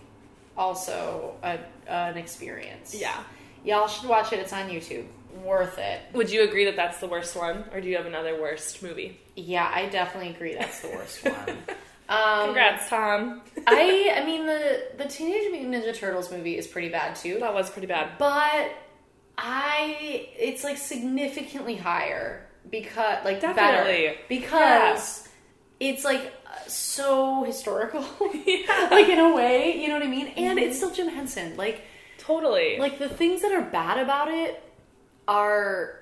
[SPEAKER 1] also a, an experience.
[SPEAKER 2] Yeah.
[SPEAKER 1] y'all should watch it. It's on YouTube. Worth it.
[SPEAKER 2] Would you agree that that's the worst one, or do you have another worst movie?
[SPEAKER 1] Yeah, I definitely agree. That's the worst one. Um,
[SPEAKER 2] Congrats, Tom.
[SPEAKER 1] I, I mean the the Teenage Mutant Ninja Turtles movie is pretty bad too.
[SPEAKER 2] That was pretty bad.
[SPEAKER 1] but I it's like significantly higher because like better
[SPEAKER 2] Definitely.
[SPEAKER 1] because it's like uh, so historical
[SPEAKER 2] Yeah. Mm-hmm.
[SPEAKER 1] like in a way you know what I mean and it's still Jim Henson like
[SPEAKER 2] Totally.
[SPEAKER 1] like the things that are bad about it are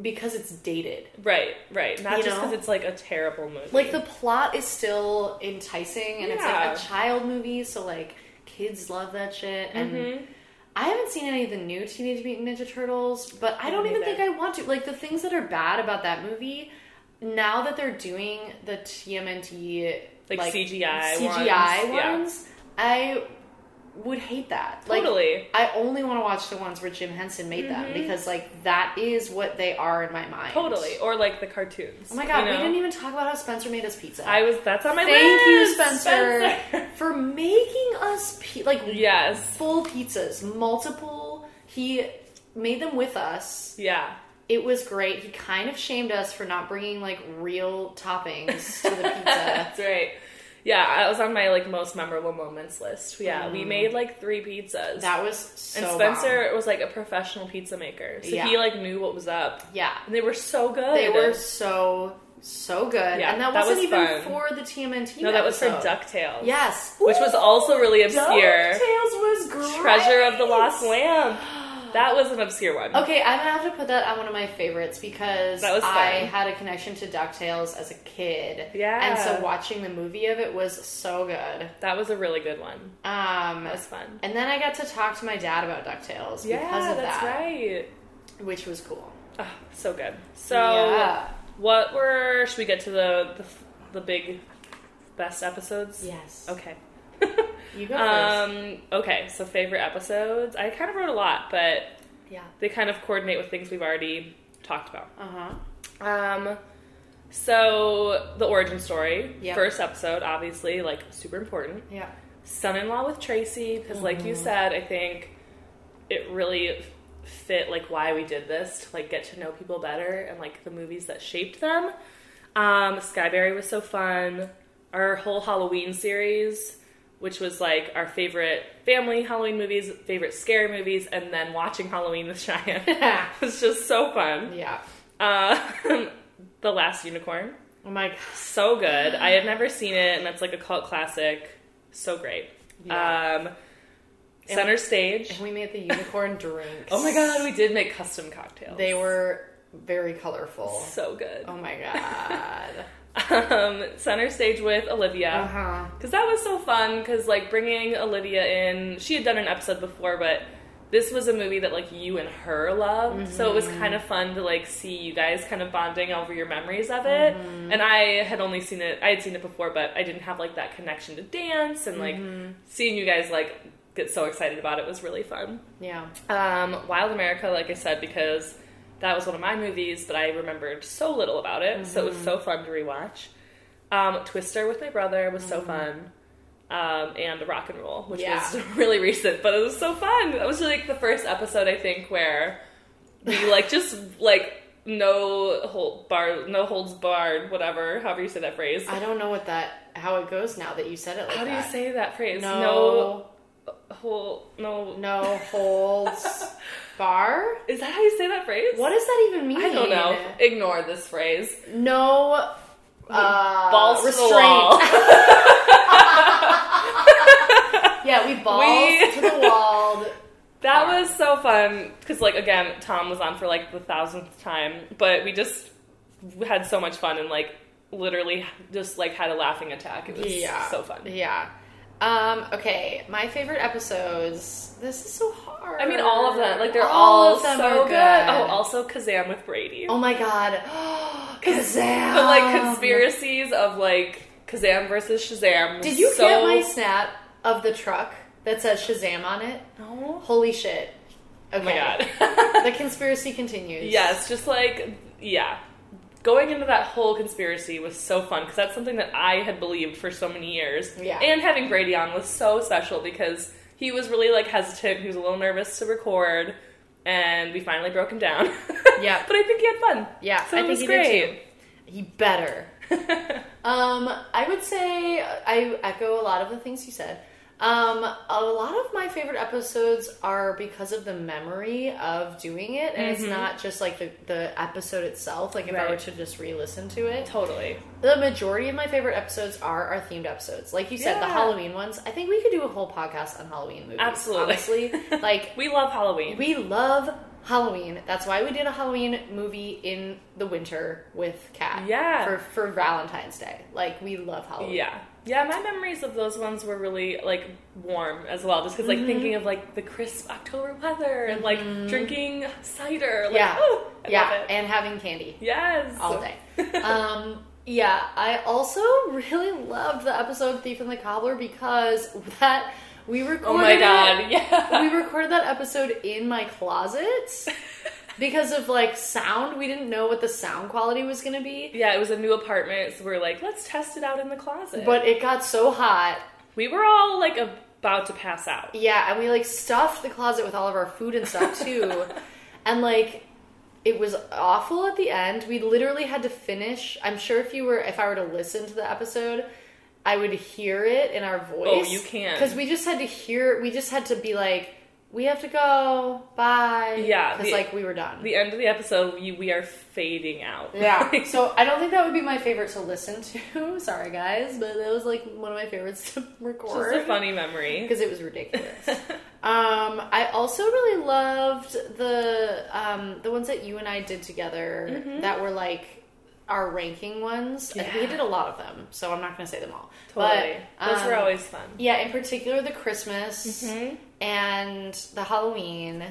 [SPEAKER 1] because it's dated
[SPEAKER 2] right, right. Not
[SPEAKER 1] You
[SPEAKER 2] just because
[SPEAKER 1] know?
[SPEAKER 2] it's like a terrible movie.
[SPEAKER 1] like the plot is still enticing and
[SPEAKER 2] Yeah.
[SPEAKER 1] it's like a child movie so like kids love that shit and
[SPEAKER 2] Mm-hmm.
[SPEAKER 1] i haven't seen any of the new teenage mutant ninja turtles but i don't
[SPEAKER 2] Me
[SPEAKER 1] even
[SPEAKER 2] neither.
[SPEAKER 1] think i want to like the things that are bad about that movie now that they're doing the tmnt
[SPEAKER 2] Like CGI
[SPEAKER 1] cgi
[SPEAKER 2] ones, yeah.
[SPEAKER 1] ones, i would hate that like
[SPEAKER 2] totally. Mm-hmm.
[SPEAKER 1] I only want to watch the ones where Jim Henson made them because, like, that is what they are in my mind.
[SPEAKER 2] Totally. Or like the cartoons.
[SPEAKER 1] Oh my god,
[SPEAKER 2] you
[SPEAKER 1] we
[SPEAKER 2] know?
[SPEAKER 1] didn't even talk about how Spencer made us pizza.
[SPEAKER 2] I was that's on my
[SPEAKER 1] Thank you,
[SPEAKER 2] list.
[SPEAKER 1] Spencer, for making us pi- like
[SPEAKER 2] yes.
[SPEAKER 1] full pizzas, multiple. He made them with us.
[SPEAKER 2] Yeah.
[SPEAKER 1] It was great. He kind of shamed us for not bringing like real toppings to the pizza.
[SPEAKER 2] That's right. Yeah, I was on my like most memorable moments list. Yeah, we made like three pizzas.
[SPEAKER 1] Mm-hmm. That was so.
[SPEAKER 2] and Spencer was like a professional pizza maker. So
[SPEAKER 1] Yeah.
[SPEAKER 2] he like knew what was up.
[SPEAKER 1] bomb. yeah,
[SPEAKER 2] And they were so good.
[SPEAKER 1] they were so so good,
[SPEAKER 2] Yeah,
[SPEAKER 1] and that,
[SPEAKER 2] that
[SPEAKER 1] wasn't
[SPEAKER 2] was
[SPEAKER 1] even
[SPEAKER 2] fun.
[SPEAKER 1] for the TMNT.
[SPEAKER 2] No, that was for
[SPEAKER 1] episode.
[SPEAKER 2] DuckTales.
[SPEAKER 1] Yes,
[SPEAKER 2] Which was also really obscure.
[SPEAKER 1] DuckTales was great.
[SPEAKER 2] Treasure of the Lost Lamp. That was an obscure one.
[SPEAKER 1] Okay, I'm gonna have to put that on one of my favorites because
[SPEAKER 2] That was
[SPEAKER 1] I
[SPEAKER 2] fun.
[SPEAKER 1] had a connection to DuckTales as a kid.
[SPEAKER 2] Yeah.
[SPEAKER 1] And so watching the movie of it was so good.
[SPEAKER 2] That was a really good one.
[SPEAKER 1] Um
[SPEAKER 2] That was fun.
[SPEAKER 1] and then I got to talk to my dad about DuckTales
[SPEAKER 2] Yeah,
[SPEAKER 1] because of
[SPEAKER 2] that's
[SPEAKER 1] that.
[SPEAKER 2] right.
[SPEAKER 1] Which was cool.
[SPEAKER 2] Oh, so good. So,
[SPEAKER 1] yeah.
[SPEAKER 2] what were? Should we get to the the, the big best episodes?
[SPEAKER 1] Yes.
[SPEAKER 2] Okay.
[SPEAKER 1] You go first.
[SPEAKER 2] um. Okay. So favorite episodes. I kind of wrote a lot, but
[SPEAKER 1] Yeah.
[SPEAKER 2] they kind of coordinate with things we've already talked about.
[SPEAKER 1] Uh-huh.
[SPEAKER 2] Um. So the origin story,
[SPEAKER 1] Yep.
[SPEAKER 2] first episode, obviously, like super important.
[SPEAKER 1] Yeah.
[SPEAKER 2] son-in-law with Tracy because like you said I think it really f- fit like why we did this to like get to know people better and like the movies that shaped them Um, Skyberry was so fun. Our whole Halloween series, which was like our favorite family Halloween movies, favorite scary movies, and then watching Halloween with Cheyenne was just so fun.
[SPEAKER 1] Yeah.
[SPEAKER 2] Uh, the Last Unicorn,
[SPEAKER 1] Oh my god.
[SPEAKER 2] so good. I had never seen it, and that's like a cult classic. So great.
[SPEAKER 1] Yeah.
[SPEAKER 2] Um, center stage.
[SPEAKER 1] And we made the unicorn drinks.
[SPEAKER 2] Oh my god, we did make custom cocktails.
[SPEAKER 1] They were very colorful.
[SPEAKER 2] so good.
[SPEAKER 1] Oh my god.
[SPEAKER 2] Um, center stage with
[SPEAKER 1] uh
[SPEAKER 2] Olivia
[SPEAKER 1] huh.
[SPEAKER 2] because that was so fun. Because like bringing Olivia in, she had done an episode before, but this was a movie that like you and her loved, so it was kind of
[SPEAKER 1] Mm-hmm.
[SPEAKER 2] fun to like see you guys kind of bonding over your memories of it.
[SPEAKER 1] Mm-hmm.
[SPEAKER 2] And I had only seen it, I had seen it before, but I didn't have like that connection to dance and like
[SPEAKER 1] Mm-hmm.
[SPEAKER 2] seeing you guys like get so excited about it was really fun.
[SPEAKER 1] Yeah.
[SPEAKER 2] Um, Wild America, like I said, because that was one of my movies, but I remembered so little about it, so it was
[SPEAKER 1] Mm-hmm.
[SPEAKER 2] so fun to rewatch. Um, Twister with my brother was so fun. Um, and Rock and Roll, which
[SPEAKER 1] Mm-hmm. Yeah.
[SPEAKER 2] was really recent, but it was so fun. That was like the first episode I think where we like just like no hold bar no holds barred, whatever, however you say that phrase.
[SPEAKER 1] I don't know what that how it goes now that you said it like
[SPEAKER 2] How do you
[SPEAKER 1] that.
[SPEAKER 2] say that phrase?
[SPEAKER 1] no
[SPEAKER 2] no hold no
[SPEAKER 1] no holds bar?
[SPEAKER 2] Is that how you say that phrase?
[SPEAKER 1] What does that even mean?
[SPEAKER 2] I don't know. Ignore this phrase.
[SPEAKER 1] No uh,
[SPEAKER 2] balls to the
[SPEAKER 1] restraint.
[SPEAKER 2] wall.
[SPEAKER 1] Yeah, we balls
[SPEAKER 2] We-
[SPEAKER 1] to the wall.
[SPEAKER 2] that was so fun because, like, again, Tom was on for like the thousandth time, but we just had so much fun and like literally just like had a laughing attack. It was
[SPEAKER 1] Yeah,
[SPEAKER 2] so fun.
[SPEAKER 1] Yeah. Um, okay, my favorite episodes. This is so hard.
[SPEAKER 2] I mean, all of them, like, they're all,
[SPEAKER 1] of them
[SPEAKER 2] so
[SPEAKER 1] are
[SPEAKER 2] good. Oh, also Kazam with Brady.
[SPEAKER 1] Oh my god. Kazam.
[SPEAKER 2] the like conspiracies of like Kazam versus Shazam. was
[SPEAKER 1] Did you
[SPEAKER 2] so...
[SPEAKER 1] get my snap of the truck that says Shazam on it?
[SPEAKER 2] No.
[SPEAKER 1] Holy shit. Okay.
[SPEAKER 2] Oh my god.
[SPEAKER 1] The conspiracy continues.
[SPEAKER 2] Yes, just like yeah. Going into that whole conspiracy was so fun because that's something that I had believed for so many years.
[SPEAKER 1] Yeah.
[SPEAKER 2] And having Brady on was so special because he was really like hesitant. He was a little nervous to record, and we finally broke him down.
[SPEAKER 1] Yeah.
[SPEAKER 2] But I think he had fun.
[SPEAKER 1] Yeah,
[SPEAKER 2] So
[SPEAKER 1] I
[SPEAKER 2] it
[SPEAKER 1] think
[SPEAKER 2] was
[SPEAKER 1] he
[SPEAKER 2] great.
[SPEAKER 1] did too. He better. Um, I would say I echo a lot of the things you said. Um, a lot of my favorite episodes are because of the memory of doing it, and it's not just like the, the episode itself. Like if I were
[SPEAKER 2] Mm-hmm. Right.
[SPEAKER 1] to just re-listen to it,
[SPEAKER 2] totally.
[SPEAKER 1] the majority of my favorite episodes are our themed episodes. Like you said, the
[SPEAKER 2] Yeah.
[SPEAKER 1] Halloween ones. I think we could do a whole podcast on Halloween movies.
[SPEAKER 2] Absolutely.
[SPEAKER 1] honestly, like
[SPEAKER 2] We love Halloween.
[SPEAKER 1] we love Halloween. That's why we did a Halloween movie in the winter with Kat.
[SPEAKER 2] Yeah.
[SPEAKER 1] For for Valentine's Day. Like we love Halloween.
[SPEAKER 2] Yeah. Yeah, my memories of those ones were really like warm as well, just because
[SPEAKER 1] Mm-hmm.
[SPEAKER 2] like thinking of like the crisp October weather and like drinking cider, like
[SPEAKER 1] yeah.
[SPEAKER 2] oh, I
[SPEAKER 1] yeah.
[SPEAKER 2] love it.
[SPEAKER 1] And having candy
[SPEAKER 2] yes,
[SPEAKER 1] all day. um yeah, I also really loved the episode Thief and the Cobbler because that we recorded
[SPEAKER 2] oh my god,
[SPEAKER 1] it-
[SPEAKER 2] yeah,
[SPEAKER 1] we recorded that episode in my closet because of like sound. We didn't know what the sound quality was going to be.
[SPEAKER 2] yeah. It was a new apartment, so we are like, let's test it out in the closet.
[SPEAKER 1] But it got so hot
[SPEAKER 2] we were all like about to pass out.
[SPEAKER 1] Yeah, and we like stuffed the closet with all of our food and stuff too. and like it was awful at the end. We literally had to finish. I'm sure if you were if I were to listen to the episode, I would hear it in our voice.
[SPEAKER 2] Oh, you can.
[SPEAKER 1] Cuz we just had to hear we just had to be like we have to go. Bye.
[SPEAKER 2] Yeah,
[SPEAKER 1] Cuz
[SPEAKER 2] the-
[SPEAKER 1] like we were done.
[SPEAKER 2] The end of the episode, we, we are fading out.
[SPEAKER 1] yeah. So I don't think that would be my favorite to listen to. Sorry guys, but that was like one of my favorites to record.
[SPEAKER 2] just a funny memory.
[SPEAKER 1] because it was ridiculous. um, I also really loved the um, the ones that you and I did together that were like our ranking ones. And We
[SPEAKER 2] Mm-hmm. Yeah.
[SPEAKER 1] did a lot of them, so I'm not going to say them all.
[SPEAKER 2] Totally,
[SPEAKER 1] But,
[SPEAKER 2] those were
[SPEAKER 1] um,
[SPEAKER 2] always fun.
[SPEAKER 1] yeah. In particular, the Christmas
[SPEAKER 2] Mhm.
[SPEAKER 1] and the Halloween.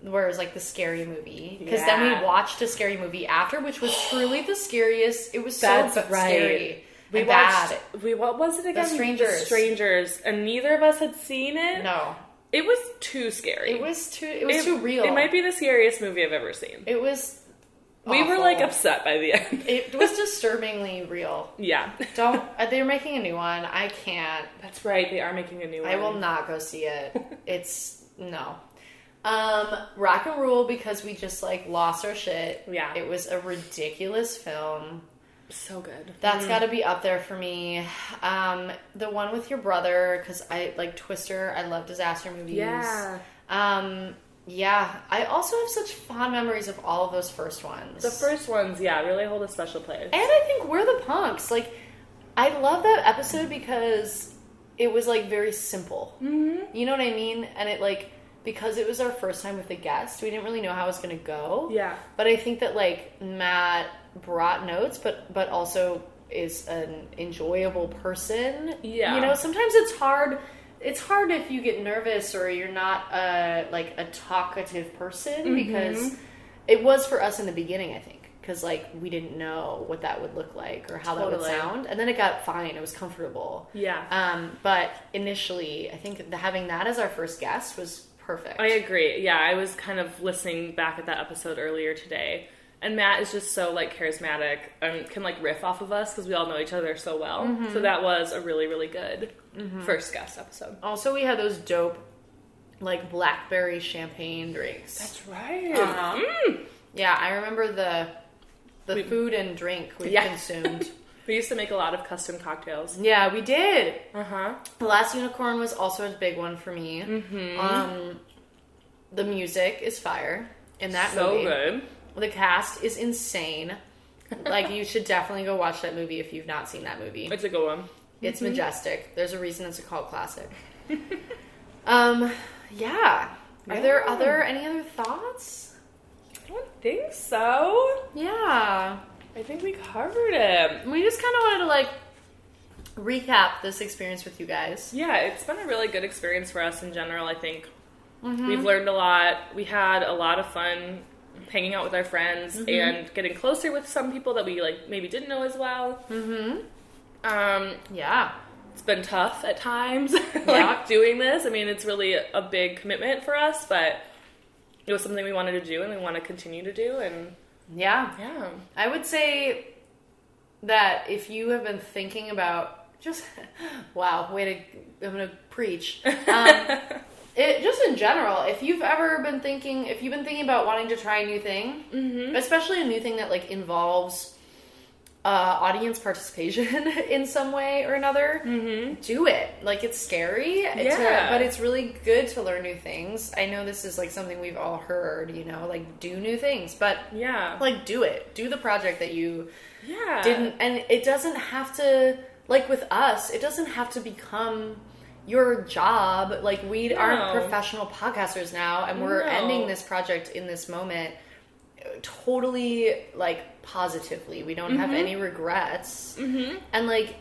[SPEAKER 1] Where it was like the scary movie because then
[SPEAKER 2] Yeah.
[SPEAKER 1] we watched a scary movie after, which was truly the scariest. It was so
[SPEAKER 2] That's
[SPEAKER 1] b-
[SPEAKER 2] right.
[SPEAKER 1] scary.
[SPEAKER 2] We
[SPEAKER 1] and
[SPEAKER 2] watched.
[SPEAKER 1] bad.
[SPEAKER 2] We what was it again?
[SPEAKER 1] Strangers.
[SPEAKER 2] Strangers, and neither of us had seen it.
[SPEAKER 1] No,
[SPEAKER 2] It was too scary.
[SPEAKER 1] it was too. It was too real.
[SPEAKER 2] It might be the scariest movie I've ever seen.
[SPEAKER 1] It was.
[SPEAKER 2] We were
[SPEAKER 1] awful.
[SPEAKER 2] like upset by the end.
[SPEAKER 1] It was disturbingly real.
[SPEAKER 2] yeah,
[SPEAKER 1] Don't. uh, They're making a new one. I can't.
[SPEAKER 2] that's right. They are making a new one.
[SPEAKER 1] I will not go see it. It's no. Um, rock and roll because we just like lost our shit.
[SPEAKER 2] Yeah.
[SPEAKER 1] It was a ridiculous film.
[SPEAKER 2] So good.
[SPEAKER 1] That's got to be up there for me. Um, the one with your brother, because I like Twister. I love disaster movies.
[SPEAKER 2] Yeah.
[SPEAKER 1] Um, yeah. I also have such fond memories of all of those first ones.
[SPEAKER 2] The first ones, yeah, really hold a special place.
[SPEAKER 1] And I think we're the punks. Like, I love that episode because it was like very simple. Mm-hmm. You know what I mean? And it like because it was our first time with a guest, we didn't really know how it was gonna go.
[SPEAKER 2] Yeah.
[SPEAKER 1] But I think that like Matt brought notes, but but also is an enjoyable person.
[SPEAKER 2] Yeah.
[SPEAKER 1] You know, sometimes it's hard. It's hard if you get nervous or you're not a like a talkative person
[SPEAKER 2] Mm-hmm.
[SPEAKER 1] because it was for us in the beginning. I think because like we didn't know what that would look like or how that would
[SPEAKER 2] Totally.
[SPEAKER 1] sound, and then it got fine. It was comfortable.
[SPEAKER 2] Yeah.
[SPEAKER 1] Um, but initially, I think the, having that as our first guest was perfect.
[SPEAKER 2] I agree. Yeah, I was kind of listening back at that episode earlier today, and Matt is just so like charismatic and can like riff off of us because we all know each other so well. So that was a really really good first guest episode.
[SPEAKER 1] also, we had those dope like blackberry champagne drinks.
[SPEAKER 2] That's right. Uh-huh.
[SPEAKER 1] Yeah, I remember the the
[SPEAKER 2] We-
[SPEAKER 1] food and drink we
[SPEAKER 2] Yeah.
[SPEAKER 1] consumed.
[SPEAKER 2] We used to make a lot of custom cocktails.
[SPEAKER 1] yeah, we did.
[SPEAKER 2] Uh huh.
[SPEAKER 1] The Last Unicorn was also a big one for me.
[SPEAKER 2] Mm-hmm.
[SPEAKER 1] Um, the music is fire in that
[SPEAKER 2] So
[SPEAKER 1] movie.
[SPEAKER 2] good.
[SPEAKER 1] The cast is insane. like you should definitely go watch that movie if you've not seen that movie.
[SPEAKER 2] It's a good one.
[SPEAKER 1] It's
[SPEAKER 2] mm-hmm.
[SPEAKER 1] majestic. There's a reason it's a cult classic. um, yeah. Are there
[SPEAKER 2] Yeah.
[SPEAKER 1] other any other thoughts?
[SPEAKER 2] I don't think so.
[SPEAKER 1] Yeah.
[SPEAKER 2] I think we covered it.
[SPEAKER 1] We just kind of wanted to like recap this experience with you guys.
[SPEAKER 2] Yeah, it's been a really good experience for us in general. I think
[SPEAKER 1] Mm-hmm.
[SPEAKER 2] we've learned a lot. We had a lot of fun hanging out with our friends
[SPEAKER 1] Mm-hmm.
[SPEAKER 2] and getting closer with some people that we like maybe didn't know as well. Mm-hmm. Um,
[SPEAKER 1] Yeah.
[SPEAKER 2] it's been tough at times, like
[SPEAKER 1] Yeah.
[SPEAKER 2] doing this. I mean, it's really a big commitment for us, but it was something we wanted to do and we want to continue to do. And
[SPEAKER 1] Yeah.
[SPEAKER 2] yeah,
[SPEAKER 1] I would say that if you have been thinking about just wow, way to I'm gonna preach. Um, it just in general, if you've ever been thinking, if you've been thinking about wanting to try a new thing, especially a new thing that like involves uh, audience participation in some way or another, do it. Like it's scary, it's a-
[SPEAKER 2] Yeah.
[SPEAKER 1] but it's really good to learn new things. I know this is like something we've all heard, you know, like do new things, but
[SPEAKER 2] yeah,
[SPEAKER 1] like do it do the project that you
[SPEAKER 2] yeah,
[SPEAKER 1] didn't and it doesn't have to like with us it doesn't have to become your job like we aren't
[SPEAKER 2] No.
[SPEAKER 1] professional podcasters now and we're
[SPEAKER 2] No.
[SPEAKER 1] ending this project in this moment uh, totally like positively we don't
[SPEAKER 2] Mm-hmm.
[SPEAKER 1] have any regrets mm-hmm. and like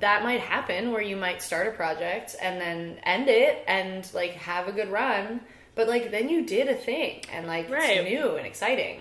[SPEAKER 1] that might happen where you might start a project and then end it and like have a good run but like then you did a thing and like
[SPEAKER 2] Right.
[SPEAKER 1] it's new and exciting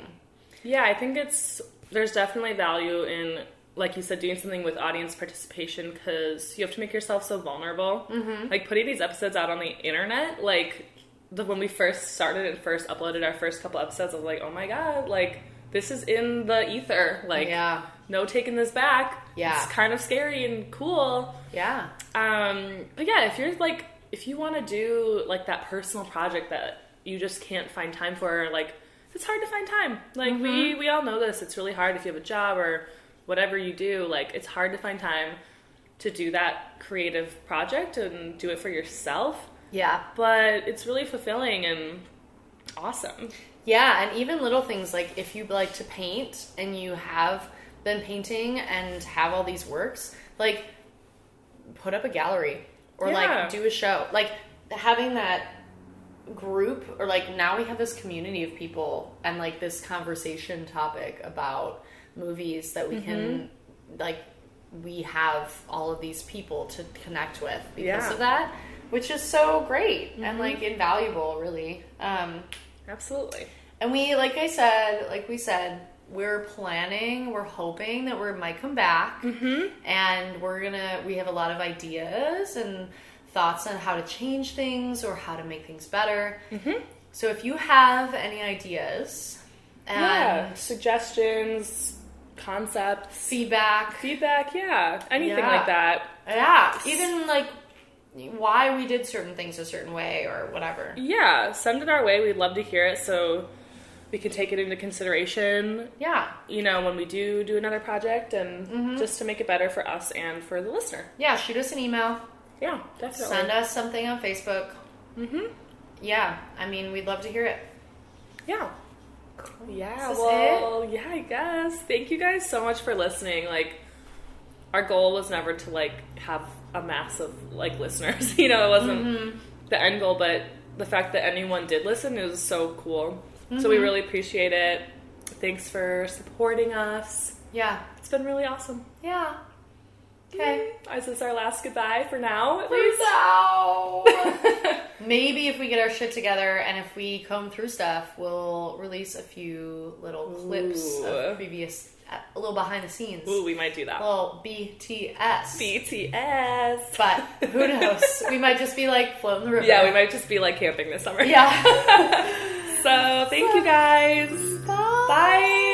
[SPEAKER 2] Yeah, I think it's there's definitely value in like you said doing something with audience participation because you have to make yourself so vulnerable. Mm-hmm. Like putting these episodes out on the internet, like the when we first started and first uploaded our first couple episodes, I was like, oh my god, like this is in the ether, like
[SPEAKER 1] yeah
[SPEAKER 2] no taking this back.
[SPEAKER 1] Yeah.
[SPEAKER 2] it's kind of scary and cool.
[SPEAKER 1] Yeah.
[SPEAKER 2] Um, but yeah, if you're like, if you want to do like that personal project that you just can't find time for, like it's hard to find time. Like we we all know this. It's really hard if you have a job or whatever you do. Like it's hard to find time to do that creative project and do it for yourself.
[SPEAKER 1] Yeah.
[SPEAKER 2] But it's really fulfilling and awesome.
[SPEAKER 1] Yeah, and even little things like if you like to paint and you have been painting and have all these works, like put up a gallery or
[SPEAKER 2] Yeah.
[SPEAKER 1] like do a show. Like having that group or like now we have this community of people and like this conversation topic about movies that we can
[SPEAKER 2] Mm-hmm.
[SPEAKER 1] like we have all of these people to connect with because
[SPEAKER 2] Yeah. Mm-hmm.
[SPEAKER 1] of that which is so great and like invaluable really um
[SPEAKER 2] Absolutely.
[SPEAKER 1] and we, like I said, like we said, we're planning, we're hoping that we might come back. And we're gonna, we have a lot of ideas and thoughts on how to change things or how to make things better. So if you have any ideas and
[SPEAKER 2] yeah. Suggestions, concepts,
[SPEAKER 1] feedback,
[SPEAKER 2] feedback. Yeah. Anything
[SPEAKER 1] Yeah.
[SPEAKER 2] like that.
[SPEAKER 1] yeah, even like why we did certain things a certain way or whatever.
[SPEAKER 2] Yeah, send it our way. We'd love to hear it. So we can take it into consideration,
[SPEAKER 1] Yeah.
[SPEAKER 2] you know, when we do do another project and just to make it better for us and for the listener.
[SPEAKER 1] Yeah. Shoot us an email.
[SPEAKER 2] Yeah, definitely.
[SPEAKER 1] Send us something on Facebook.
[SPEAKER 2] Mm-hmm.
[SPEAKER 1] Yeah. I mean, we'd love to hear it.
[SPEAKER 2] Yeah. Yeah,
[SPEAKER 1] This is
[SPEAKER 2] well, yeah, I guess. Thank you guys so much for listening. Like, our goal was never to like have a mass of like listeners. You know, it wasn't
[SPEAKER 1] Mm-hmm.
[SPEAKER 2] the end goal, but the fact that anyone did listen is so cool. So we
[SPEAKER 1] Mm-hmm.
[SPEAKER 2] really appreciate it. Thanks for supporting us.
[SPEAKER 1] Yeah.
[SPEAKER 2] It's been really awesome.
[SPEAKER 1] Yeah. Okay.
[SPEAKER 2] Is this our last goodbye for now? At
[SPEAKER 1] Please
[SPEAKER 2] least.
[SPEAKER 1] out. Maybe if we get our shit together and if we comb through stuff, we'll release a few little clips
[SPEAKER 2] Ooh.
[SPEAKER 1] of previous, a little behind the scenes,
[SPEAKER 2] Ooh, we might do that.
[SPEAKER 1] little BTS.
[SPEAKER 2] BTS.
[SPEAKER 1] but who knows? we might just be like floating the river.
[SPEAKER 2] Yeah, we might just be like camping this summer.
[SPEAKER 1] Yeah.
[SPEAKER 2] so thank you guys.
[SPEAKER 1] Bye.
[SPEAKER 2] Bye.